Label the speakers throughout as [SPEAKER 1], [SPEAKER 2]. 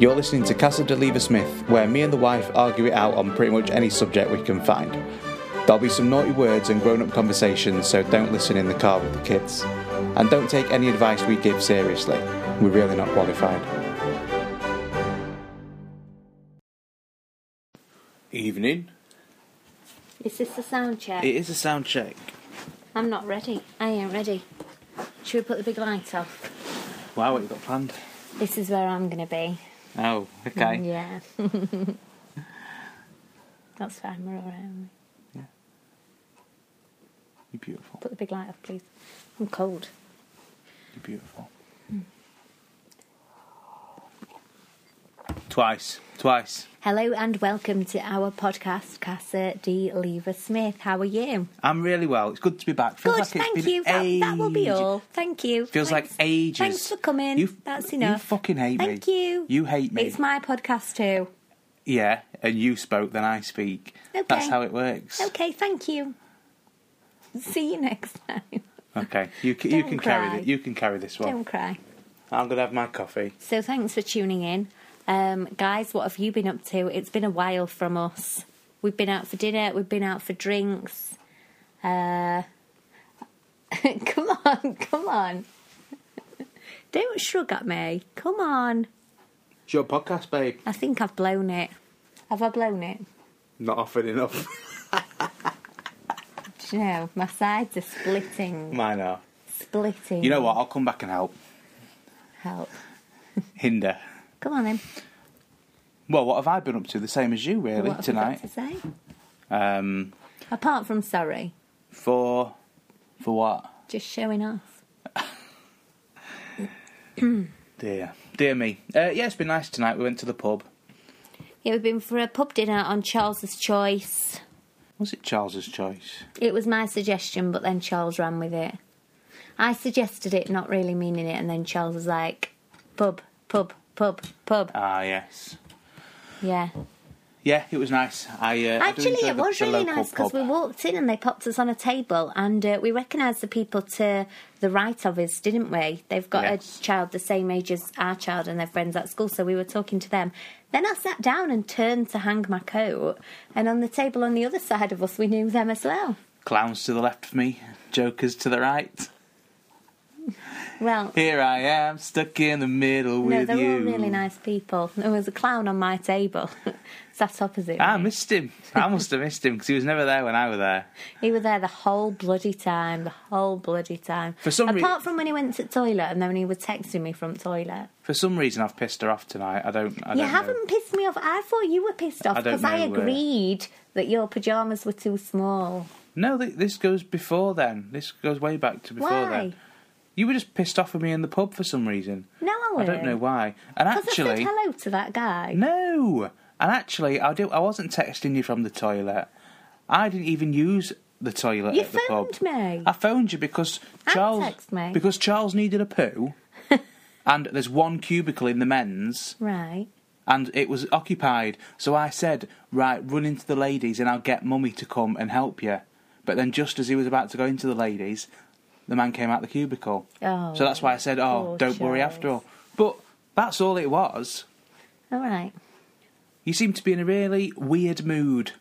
[SPEAKER 1] You're listening to Casa de Leva Smith, where me and the wife argue it out on pretty much any subject we can find. There'll be some naughty words and grown up conversations, so don't listen in the car with the kids. And don't take any advice we give seriously. We're really not qualified. Evening.
[SPEAKER 2] Is this the sound check?
[SPEAKER 1] It is a sound check.
[SPEAKER 2] I'm not ready. I ain't ready. Should we put the big lights off?
[SPEAKER 1] Wow, what you got planned?
[SPEAKER 2] This is where I'm going to be.
[SPEAKER 1] Oh, okay.
[SPEAKER 2] Mm, Yeah. That's fine. We're all right. aren't we?
[SPEAKER 1] You're beautiful.
[SPEAKER 2] Put the big light off, please. I'm cold.
[SPEAKER 1] You're beautiful. Twice. Twice.
[SPEAKER 2] Hello and welcome to our podcast, Casa D. Lever Smith. How are you?
[SPEAKER 1] I'm really well. It's good to be back. Feels like
[SPEAKER 2] Good,
[SPEAKER 1] it's
[SPEAKER 2] thank
[SPEAKER 1] been
[SPEAKER 2] you. That, that will be
[SPEAKER 1] ages.
[SPEAKER 2] all. Thank you.
[SPEAKER 1] Feels
[SPEAKER 2] Thanks.
[SPEAKER 1] like ages.
[SPEAKER 2] Thanks for coming.
[SPEAKER 1] You-
[SPEAKER 2] That's
[SPEAKER 1] you
[SPEAKER 2] enough.
[SPEAKER 1] fucking hate me.
[SPEAKER 2] Thank you.
[SPEAKER 1] You hate me.
[SPEAKER 2] It's my podcast too.
[SPEAKER 1] Yeah, and you spoke, then I speak.
[SPEAKER 2] Okay.
[SPEAKER 1] That's how it works.
[SPEAKER 2] Okay, thank you. See you next time.
[SPEAKER 1] Okay, you can, you
[SPEAKER 2] Don't
[SPEAKER 1] can carry
[SPEAKER 2] cry.
[SPEAKER 1] this. You can carry this one.
[SPEAKER 2] Don't cry.
[SPEAKER 1] I'm gonna have my coffee.
[SPEAKER 2] So thanks for tuning in. Um, guys, what have you been up to? It's been a while from us. We've been out for dinner, we've been out for drinks. Uh, come on, come on. Don't shrug at me. Come on.
[SPEAKER 1] It's your podcast, babe.
[SPEAKER 2] I think I've blown it. Have I blown it?
[SPEAKER 1] Not often enough.
[SPEAKER 2] Do you know, my sides are splitting.
[SPEAKER 1] Mine are.
[SPEAKER 2] Splitting.
[SPEAKER 1] You know what? I'll come back and help.
[SPEAKER 2] Help.
[SPEAKER 1] Hinder.
[SPEAKER 2] Come on then.
[SPEAKER 1] Well, what have I been up to? The same as you, really,
[SPEAKER 2] what have
[SPEAKER 1] tonight.
[SPEAKER 2] you got to say?
[SPEAKER 1] Um,
[SPEAKER 2] Apart from sorry,
[SPEAKER 1] for for what?
[SPEAKER 2] just showing off.
[SPEAKER 1] Dear, dear me. Uh, yeah, it's been nice tonight. We went to the pub.
[SPEAKER 2] Yeah, we've been for a pub dinner on Charles's Choice.
[SPEAKER 1] Was it Charles's choice?
[SPEAKER 2] It was my suggestion, but then Charles ran with it. I suggested it, not really meaning it, and then Charles was like, pub, pub, pub, pub.
[SPEAKER 1] Ah, yes.
[SPEAKER 2] Yeah.
[SPEAKER 1] Yeah, it was nice. I uh, I do
[SPEAKER 2] Actually,
[SPEAKER 1] enjoy
[SPEAKER 2] it
[SPEAKER 1] the-
[SPEAKER 2] was
[SPEAKER 1] the
[SPEAKER 2] really
[SPEAKER 1] local
[SPEAKER 2] nice because
[SPEAKER 1] pub.
[SPEAKER 2] we walked in and they popped us on a table, and uh, we recognised the people to the right of us, didn't we? They've got
[SPEAKER 1] Yes.
[SPEAKER 2] a child the same age as our child and their friends at school, so we were talking to them. Then I sat down and turned to hang my coat, and on the table on the other side of us, we knew them as well.
[SPEAKER 1] Clowns to the left of me, jokers to the right.
[SPEAKER 2] Well,
[SPEAKER 1] Here I am, stuck in the middle
[SPEAKER 2] No,
[SPEAKER 1] with
[SPEAKER 2] they're
[SPEAKER 1] you.
[SPEAKER 2] all really nice people. There was a clown on my table, sat opposite.
[SPEAKER 1] I
[SPEAKER 2] me.
[SPEAKER 1] missed him. I must have missed him because he was never there when I were there.
[SPEAKER 2] He was there the whole bloody time, the whole bloody time.
[SPEAKER 1] For some rea-
[SPEAKER 2] apart from when he went to toilet, and then he was texting me from toilet.
[SPEAKER 1] For some reason, I've pissed her off tonight. I don't. I don't
[SPEAKER 2] You
[SPEAKER 1] know.
[SPEAKER 2] haven't pissed me off. I thought you were pissed off
[SPEAKER 1] I don't
[SPEAKER 2] because I,
[SPEAKER 1] know, uh,
[SPEAKER 2] agreed that your pajamas were too small.
[SPEAKER 1] No, th- this goes before then. This goes way back to before
[SPEAKER 2] Why?
[SPEAKER 1] then. You were just pissed off with me in the pub for some reason.
[SPEAKER 2] No, I
[SPEAKER 1] I
[SPEAKER 2] wasn't.
[SPEAKER 1] don't know why. And
[SPEAKER 2] Because I
[SPEAKER 1] actually,
[SPEAKER 2] said hello to that guy.
[SPEAKER 1] no. And actually, I do. I wasn't texting you from the toilet. I didn't even use the toilet
[SPEAKER 2] You
[SPEAKER 1] at the
[SPEAKER 2] phoned
[SPEAKER 1] pub. Ah.
[SPEAKER 2] me.
[SPEAKER 1] I phoned you because
[SPEAKER 2] And
[SPEAKER 1] Charles
[SPEAKER 2] text me.
[SPEAKER 1] because Charles needed a poo, and there's one cubicle in the men's,
[SPEAKER 2] Right.
[SPEAKER 1] and it was occupied. So I said, "Right, run into the ladies, and I'll get mummy to come and help you." But then, just as he was about to go into the ladies, the man came out the cubicle.
[SPEAKER 2] Oh,
[SPEAKER 1] so that's why I said, "Oh,
[SPEAKER 2] poor
[SPEAKER 1] don't worry
[SPEAKER 2] Charles.
[SPEAKER 1] after all." But that's all it was.
[SPEAKER 2] All right.
[SPEAKER 1] You seem to be in a really weird mood.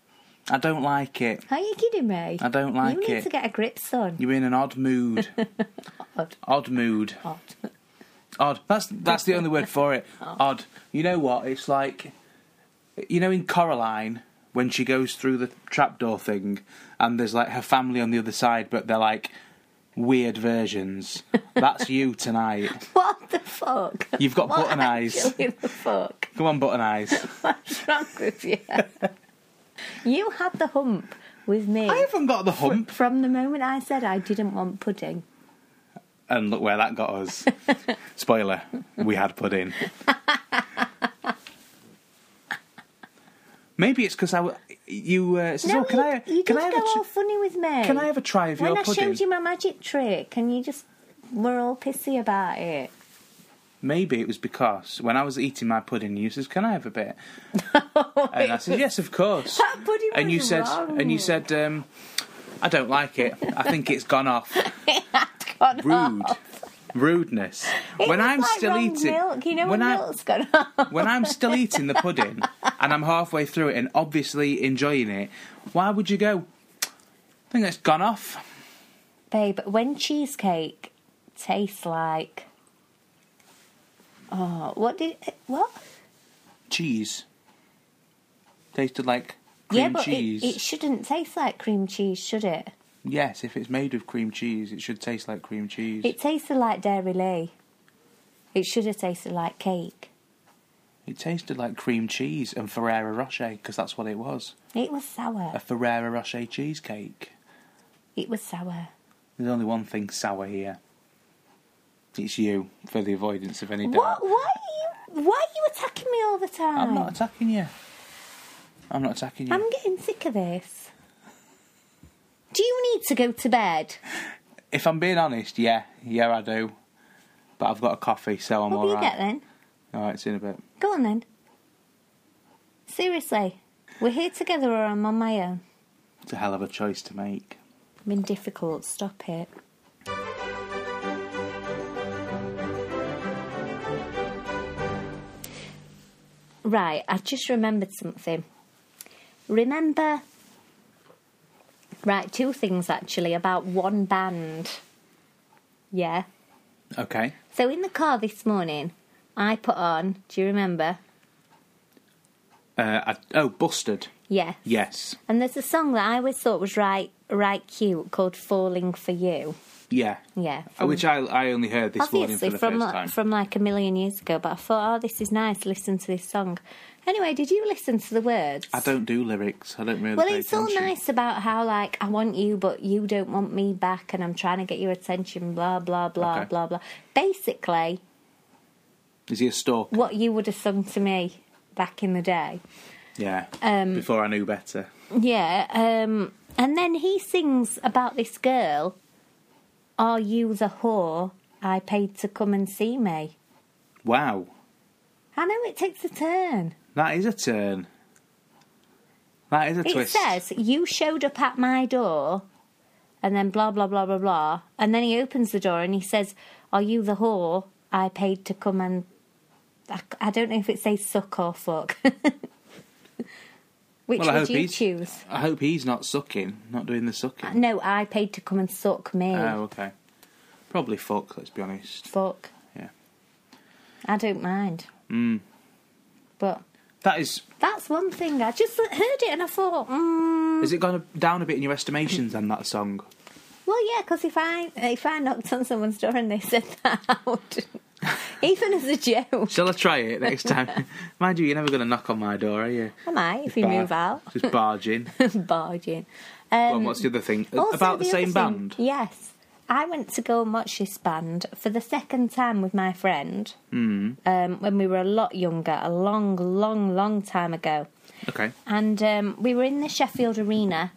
[SPEAKER 1] I don't like it.
[SPEAKER 2] Are you kidding me?
[SPEAKER 1] I don't like
[SPEAKER 2] You need
[SPEAKER 1] it.
[SPEAKER 2] to get a grip, son.
[SPEAKER 1] You're in an odd mood.
[SPEAKER 2] Odd.
[SPEAKER 1] Odd mood.
[SPEAKER 2] Odd.
[SPEAKER 1] Odd. That's that's the only word for it. Odd. You know what? It's like, you know, in Coraline when she goes through the trapdoor thing, and there's like her family on the other side, but they're like weird versions. That's you tonight.
[SPEAKER 2] What the fuck?
[SPEAKER 1] You've got
[SPEAKER 2] What
[SPEAKER 1] button eyes.
[SPEAKER 2] actually the fuck?
[SPEAKER 1] Come on, button eyes.
[SPEAKER 2] What's wrong with you? you had the hump with me
[SPEAKER 1] I haven't got the hump.
[SPEAKER 2] from the moment I said I didn't want pudding.
[SPEAKER 1] And look where that got us. Spoiler: we had pudding. Maybe it's because I w- you uh, says, "Oh, can
[SPEAKER 2] you,
[SPEAKER 1] I
[SPEAKER 2] you
[SPEAKER 1] can
[SPEAKER 2] did
[SPEAKER 1] I have
[SPEAKER 2] go
[SPEAKER 1] a tr-
[SPEAKER 2] all funny with me.
[SPEAKER 1] can I have a try of
[SPEAKER 2] when
[SPEAKER 1] your
[SPEAKER 2] I
[SPEAKER 1] pudding?"
[SPEAKER 2] showed you my magic trick, and you just were all pissy about it.
[SPEAKER 1] Maybe it was because when I was eating my pudding, you says, "Can I have a bit?" and I said, "Yes, of course."
[SPEAKER 2] Oh, That pudding
[SPEAKER 1] and you
[SPEAKER 2] was
[SPEAKER 1] said,
[SPEAKER 2] wrong.
[SPEAKER 1] "And you said, um, I don't like it. I think it's gone off."
[SPEAKER 2] God,
[SPEAKER 1] Rude, rudeness. when I'm
[SPEAKER 2] like
[SPEAKER 1] still
[SPEAKER 2] wrong
[SPEAKER 1] eating,
[SPEAKER 2] milk. You know when,
[SPEAKER 1] when I-
[SPEAKER 2] milk's gone off.
[SPEAKER 1] when I'm still eating the pudding and I'm halfway through it and obviously enjoying it, why would you go? I think that's gone off.
[SPEAKER 2] Babe, when cheesecake tastes like. Oh, what did. What?
[SPEAKER 1] Cheese tasted like cream
[SPEAKER 2] yeah, but
[SPEAKER 1] cheese.
[SPEAKER 2] It, it shouldn't taste like cream cheese, should it?
[SPEAKER 1] Yes, if it's made with cream cheese, it should taste like cream cheese.
[SPEAKER 2] It tasted like Dairy Lee. It should have tasted like cake.
[SPEAKER 1] It tasted like cream cheese and Ferrero Rocher because that's what it was.
[SPEAKER 2] It was sour.
[SPEAKER 1] A Ferrero Rocher cheesecake.
[SPEAKER 2] It was sour.
[SPEAKER 1] There's only one thing sour here. It's you for the avoidance of any doubt.
[SPEAKER 2] What? Why are you? Why are you attacking me all the time?
[SPEAKER 1] I'm not attacking you. I'm not attacking you.
[SPEAKER 2] I'm getting sick of this. Do you need to go to bed?
[SPEAKER 1] If I'm being honest, yeah, yeah, I do. But I've got a coffee, so I'm
[SPEAKER 2] What do
[SPEAKER 1] all
[SPEAKER 2] you
[SPEAKER 1] right.
[SPEAKER 2] get then?
[SPEAKER 1] All right, it's in a bit.
[SPEAKER 2] Go on then. Seriously, we're here together or I'm on my own.
[SPEAKER 1] It's a hell of a choice to make.
[SPEAKER 2] I'm in difficult. Stop it. Right, I just remembered something. Remember, right, two things actually about one band. Yeah.
[SPEAKER 1] Okay.
[SPEAKER 2] So in the car this morning, I put on, do you remember?
[SPEAKER 1] Uh, I, oh, busted.
[SPEAKER 2] Yes.
[SPEAKER 1] Yes.
[SPEAKER 2] And there's a song that I always thought was right, right cute called "Falling for You."
[SPEAKER 1] Yeah.
[SPEAKER 2] Yeah. from-
[SPEAKER 1] Which I I only heard this morning
[SPEAKER 2] obviously
[SPEAKER 1] for the
[SPEAKER 2] from
[SPEAKER 1] first
[SPEAKER 2] like,
[SPEAKER 1] time.
[SPEAKER 2] from like a million years ago. But I thought, oh, this is nice. Listen to this song. Anyway, did you listen to the words?
[SPEAKER 1] I don't do lyrics. I don't really.
[SPEAKER 2] Well,
[SPEAKER 1] pay
[SPEAKER 2] it's all
[SPEAKER 1] attention.
[SPEAKER 2] nice about how like I want you, but you don't want me back, and I'm trying to get your attention. Blah blah blah
[SPEAKER 1] Okay.
[SPEAKER 2] blah blah. Basically,
[SPEAKER 1] Is he a stalker?
[SPEAKER 2] what you would have sung to me back in the day.
[SPEAKER 1] Yeah.
[SPEAKER 2] Um,
[SPEAKER 1] Before I knew better.
[SPEAKER 2] Yeah, um, and then he sings about this girl. Are you the whore I paid to come and see me?
[SPEAKER 1] Wow.
[SPEAKER 2] I know it takes a turn.
[SPEAKER 1] That is a turn. That is a
[SPEAKER 2] It
[SPEAKER 1] twist.
[SPEAKER 2] says you showed up at my door, and then blah blah blah blah blah, and then he opens the door and he says, "Are you the whore I paid to come and?" I, c- I don't know if it says suck or fuck. Which
[SPEAKER 1] Well, I
[SPEAKER 2] would
[SPEAKER 1] hope
[SPEAKER 2] you
[SPEAKER 1] he's-
[SPEAKER 2] choose?
[SPEAKER 1] I hope he's not sucking, not doing the sucking.
[SPEAKER 2] No, I paid to come and suck me.
[SPEAKER 1] Oh, okay. Probably fuck, let's be honest.
[SPEAKER 2] Fuck.
[SPEAKER 1] Yeah.
[SPEAKER 2] I don't mind.
[SPEAKER 1] Hmm.
[SPEAKER 2] But
[SPEAKER 1] That is.
[SPEAKER 2] that's one thing. I just heard it and I thought, mm,
[SPEAKER 1] Has it gone down a bit in your estimations then, that song?
[SPEAKER 2] well, yeah, because if I if I knocked on someone's door and they said that, I would even as a joke,
[SPEAKER 1] Shall I try it next time? Mind you, you're never going to knock on my door, are you?
[SPEAKER 2] I might if we
[SPEAKER 1] Bar-
[SPEAKER 2] move out,
[SPEAKER 1] Just barge in.
[SPEAKER 2] barge in.
[SPEAKER 1] Well,
[SPEAKER 2] Um,
[SPEAKER 1] what's the other thing?
[SPEAKER 2] also
[SPEAKER 1] About the,
[SPEAKER 2] other
[SPEAKER 1] same
[SPEAKER 2] thing-
[SPEAKER 1] band?
[SPEAKER 2] Yes, I went to go and watch this band for the second time with my friend
[SPEAKER 1] Hmm.
[SPEAKER 2] um, when we were a lot younger, a long, long, long time ago.
[SPEAKER 1] Okay.
[SPEAKER 2] and um, we were in the Sheffield Arena,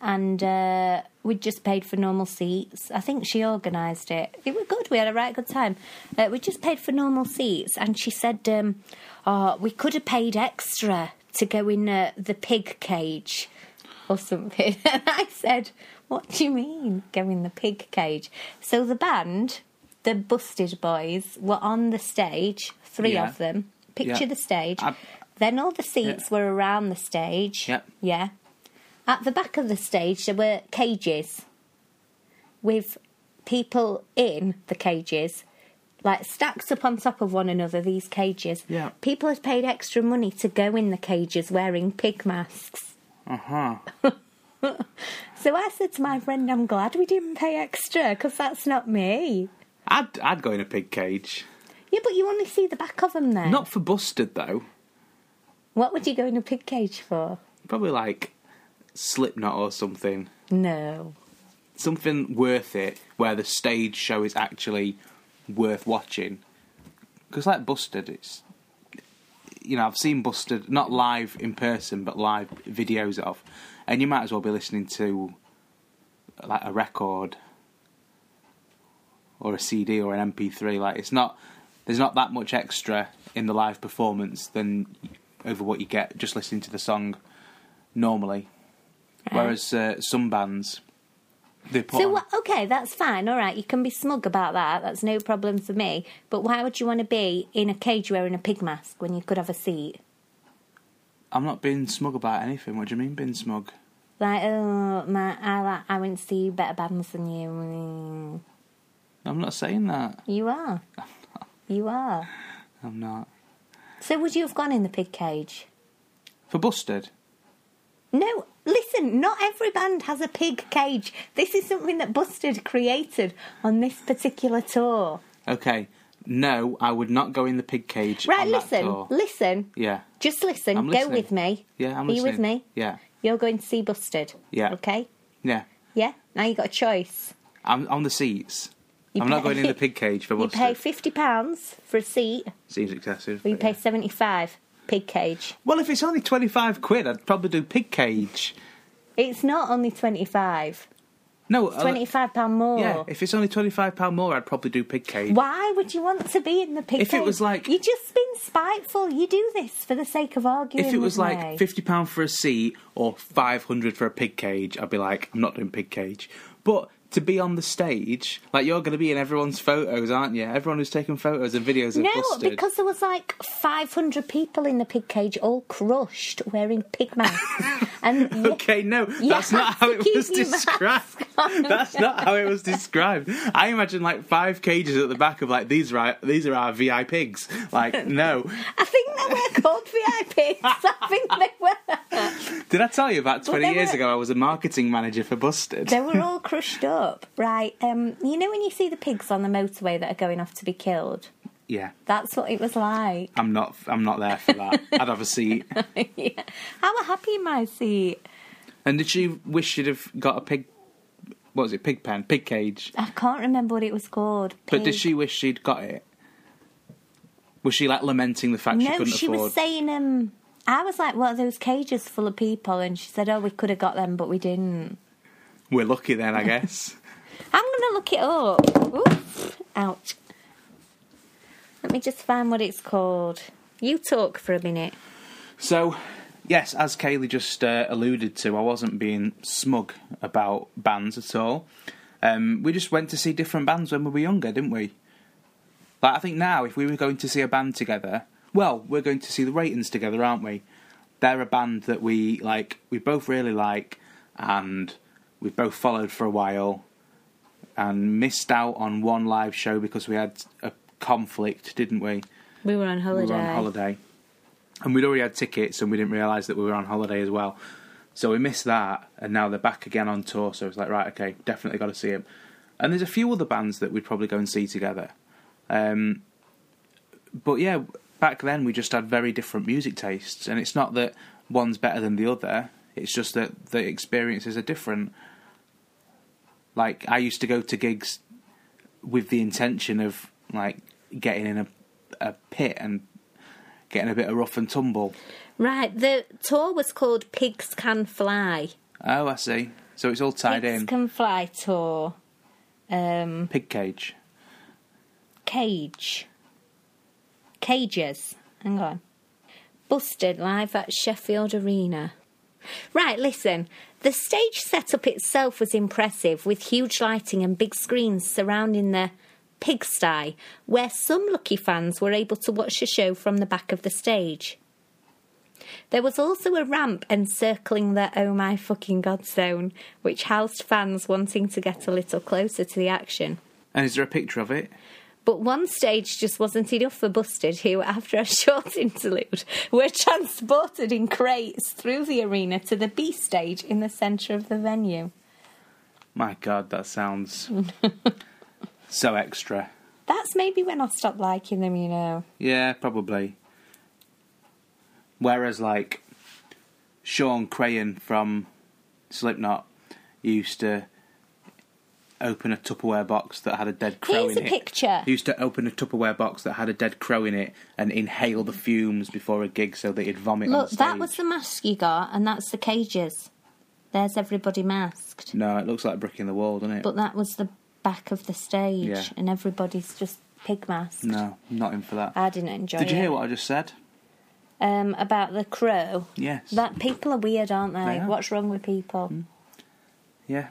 [SPEAKER 2] and uh, we'd just paid for normal seats. I think she organised it. It was good. We had a right good time. Uh, we just paid for normal seats, and she said, um, "Oh, we could have paid extra to go in uh, the pig cage." Or something. And I said, What do you mean, go in the pig cage? So the band, the Busted Boys, were on the stage, three
[SPEAKER 1] Yeah.
[SPEAKER 2] of them. Picture
[SPEAKER 1] Yeah.
[SPEAKER 2] the stage.
[SPEAKER 1] I-
[SPEAKER 2] Then all the seats
[SPEAKER 1] Yeah.
[SPEAKER 2] were around the stage.
[SPEAKER 1] Yep.
[SPEAKER 2] Yeah. At the back of the stage, there were cages with people in the cages, like stacked up on top of one another, these cages.
[SPEAKER 1] Yeah.
[SPEAKER 2] People had paid extra money to go in the cages wearing pig masks.
[SPEAKER 1] Uh huh.
[SPEAKER 2] So I said to my friend, I'm glad we didn't pay extra because that's not me.
[SPEAKER 1] I'd, I'd go in a pig cage.
[SPEAKER 2] Yeah, but you only see the back of them then.
[SPEAKER 1] Not for busted, though.
[SPEAKER 2] What would you go in a pig cage for?
[SPEAKER 1] Probably like Slipknot or something.
[SPEAKER 2] No.
[SPEAKER 1] something worth it where the stage show is actually worth watching. Because, like Busted, it's. You know, I've seen Busted, not live in person, but live videos of. And you might as well be listening to, like, a record or a CD or an MP3. Like, it's not. There's not that much extra in the live performance than over what you get just listening to the song normally. Whereas uh, some bands, They put
[SPEAKER 2] So
[SPEAKER 1] on-
[SPEAKER 2] wha- okay, that's fine. All right, you can be smug about that. That's no problem for me. But why would you want to be in a cage wearing a pig mask when you could have a seat?
[SPEAKER 1] I'm not being smug about anything. What do you mean being smug?
[SPEAKER 2] Like, oh, my, I like, I went to see better bands than you. Mm.
[SPEAKER 1] I'm not saying that.
[SPEAKER 2] You are. You are.
[SPEAKER 1] I'm not.
[SPEAKER 2] So would you have gone in the pig cage?
[SPEAKER 1] For busted.
[SPEAKER 2] No, listen, not every band has a pig cage. This is something that Busted created on this particular tour.
[SPEAKER 1] Okay. No, I would not go in the pig cage.
[SPEAKER 2] Right,
[SPEAKER 1] on That
[SPEAKER 2] listen,
[SPEAKER 1] tour.
[SPEAKER 2] listen.
[SPEAKER 1] Yeah.
[SPEAKER 2] Just listen.
[SPEAKER 1] I'm
[SPEAKER 2] Go
[SPEAKER 1] listening.
[SPEAKER 2] with me.
[SPEAKER 1] Yeah, I'm
[SPEAKER 2] Are you
[SPEAKER 1] listening.
[SPEAKER 2] with me?
[SPEAKER 1] Yeah.
[SPEAKER 2] You're going to see Busted.
[SPEAKER 1] Yeah.
[SPEAKER 2] Okay?
[SPEAKER 1] Yeah.
[SPEAKER 2] Yeah? Now you got a choice.
[SPEAKER 1] I'm on the seats.
[SPEAKER 2] You
[SPEAKER 1] I'm not
[SPEAKER 2] pay-
[SPEAKER 1] going in the pig cage for
[SPEAKER 2] You
[SPEAKER 1] busted.
[SPEAKER 2] pay £50 for a seat,
[SPEAKER 1] Seems excessive.
[SPEAKER 2] or you
[SPEAKER 1] but
[SPEAKER 2] pay
[SPEAKER 1] yeah.
[SPEAKER 2] 75 Pig cage.
[SPEAKER 1] Well, if it's only 25 quid, I'd probably do pig cage.
[SPEAKER 2] It's not only 25
[SPEAKER 1] No, uh,
[SPEAKER 2] £25 pound more.
[SPEAKER 1] yeah. If it's only 25 pound more, I'd probably do pig cage.
[SPEAKER 2] Why would you want to be in the pig
[SPEAKER 1] If it
[SPEAKER 2] cage?
[SPEAKER 1] was like-
[SPEAKER 2] you just been spiteful. You do this for the sake of arguing.
[SPEAKER 1] If it was
[SPEAKER 2] with
[SPEAKER 1] like
[SPEAKER 2] me.
[SPEAKER 1] fifty pound for a seat or five hundred for a pig cage, I'd be like, I'm not doing pig cage. But to be on the stage, like you're going to be in everyone's photos, aren't you? Everyone who's taking photos and videos of
[SPEAKER 2] no,
[SPEAKER 1] Busted.
[SPEAKER 2] because there was like 500 people in the pig cage, all crushed, wearing pig masks. and yeah,
[SPEAKER 1] Okay, no,
[SPEAKER 2] You
[SPEAKER 1] that's not
[SPEAKER 2] have
[SPEAKER 1] how
[SPEAKER 2] to
[SPEAKER 1] it
[SPEAKER 2] keep
[SPEAKER 1] was
[SPEAKER 2] your mask
[SPEAKER 1] described. That's not how it was described. I imagine like five cages at the back of like these are our, these are our VIPs. Like no,
[SPEAKER 2] I think they were called VIPs. I think they were.
[SPEAKER 1] did I tell you about twenty
[SPEAKER 2] they
[SPEAKER 1] years
[SPEAKER 2] were-
[SPEAKER 1] ago I was a marketing manager for Busted?
[SPEAKER 2] They were all crushed up. Right. Um, you know when you see the pigs on the motorway that are going off to be killed?
[SPEAKER 1] yeah,
[SPEAKER 2] That's what it was like.
[SPEAKER 1] I'm not I'm not there for that. I'd have a seat.
[SPEAKER 2] yeah. I was happy in my seat.
[SPEAKER 1] And did she wish she'd have got a pig? What was it? Pig pen, pig cage.
[SPEAKER 2] I can't remember what it was called.
[SPEAKER 1] But did
[SPEAKER 2] Pig.
[SPEAKER 1] she wish she'd got it? Was she like lamenting the fact she
[SPEAKER 2] no,
[SPEAKER 1] couldn't
[SPEAKER 2] she
[SPEAKER 1] afford?
[SPEAKER 2] was saying, um, I was like, what are those cages full of people? And she said, oh, we could have got them, but we didn't.
[SPEAKER 1] We're lucky then, I guess.
[SPEAKER 2] I'm going to look it up. Oof. Ouch. Let me just find what it's called. You talk for a minute.
[SPEAKER 1] so, yes, as Kaylee just uh, alluded to, I wasn't being smug about bands at all. Um, we just went to see different bands when we were younger, didn't we? Like I think now, if we were going to see a band together, well, we're going to see the Ratings together, aren't we? They're a band that we like. We both really like, and we both followed for a while, and missed out on one live show because we had a conflict, didn't we?
[SPEAKER 2] We were on holiday.
[SPEAKER 1] We were on holiday, and we'd already had tickets, and we didn't realise that we were on holiday as well. So we missed that, and now they're back again on tour. So it's like, right, okay, definitely got to see them. And there's a few other bands that we'd probably go and see together. Um, but yeah, back then we just had very different music tastes, and it's not that one's better than the other. It's just that the experiences are different. Like I used to go to gigs with the intention of like getting in a a pit and getting a bit of rough and tumble.
[SPEAKER 2] Right, the tour was called Pigs Can Fly.
[SPEAKER 1] Oh, I see. So it's all tied
[SPEAKER 2] Pigs
[SPEAKER 1] in.
[SPEAKER 2] Can Fly tour. Um,
[SPEAKER 1] Pig cage.
[SPEAKER 2] Cage. Cages. Hang on. Busted live at Sheffield Arena. Right, listen. The stage setup itself was impressive with huge lighting and big screens surrounding the pigsty, where some lucky fans were able to watch the show from the back of the stage. There was also a ramp encircling the Oh My Fucking God zone, which housed fans wanting to get a little closer to the action.
[SPEAKER 1] And is there a picture of it?
[SPEAKER 2] But one stage just wasn't enough for Busted, who, after a short interlude, were transported in crates through the arena to the B stage in the centre of the venue.
[SPEAKER 1] My God, that sounds so extra.
[SPEAKER 2] That's maybe when I stopped liking them, you know.
[SPEAKER 1] Yeah, probably. Whereas, like, Sean Crayon from Slipknot used to open a Tupperware box that had a dead crow
[SPEAKER 2] Here's
[SPEAKER 1] in
[SPEAKER 2] a
[SPEAKER 1] it.
[SPEAKER 2] picture.
[SPEAKER 1] He used to open a Tupperware box that had a dead crow in it and inhale the fumes before a gig so that he'd vomit on
[SPEAKER 2] Look,
[SPEAKER 1] stage.
[SPEAKER 2] that was the mask you got, and that's the cages. There's everybody masked.
[SPEAKER 1] No, it looks like brick in the wall, doesn't it?
[SPEAKER 2] But that was the back of the stage,
[SPEAKER 1] Yeah.
[SPEAKER 2] and everybody's just pig masked.
[SPEAKER 1] no, not in for that.
[SPEAKER 2] I didn't enjoy
[SPEAKER 1] Did you
[SPEAKER 2] it.
[SPEAKER 1] hear what I just said?
[SPEAKER 2] Um, about the crow.
[SPEAKER 1] Yes.
[SPEAKER 2] That people are weird, aren't they?
[SPEAKER 1] They are.
[SPEAKER 2] What's wrong with people?
[SPEAKER 1] Yeah.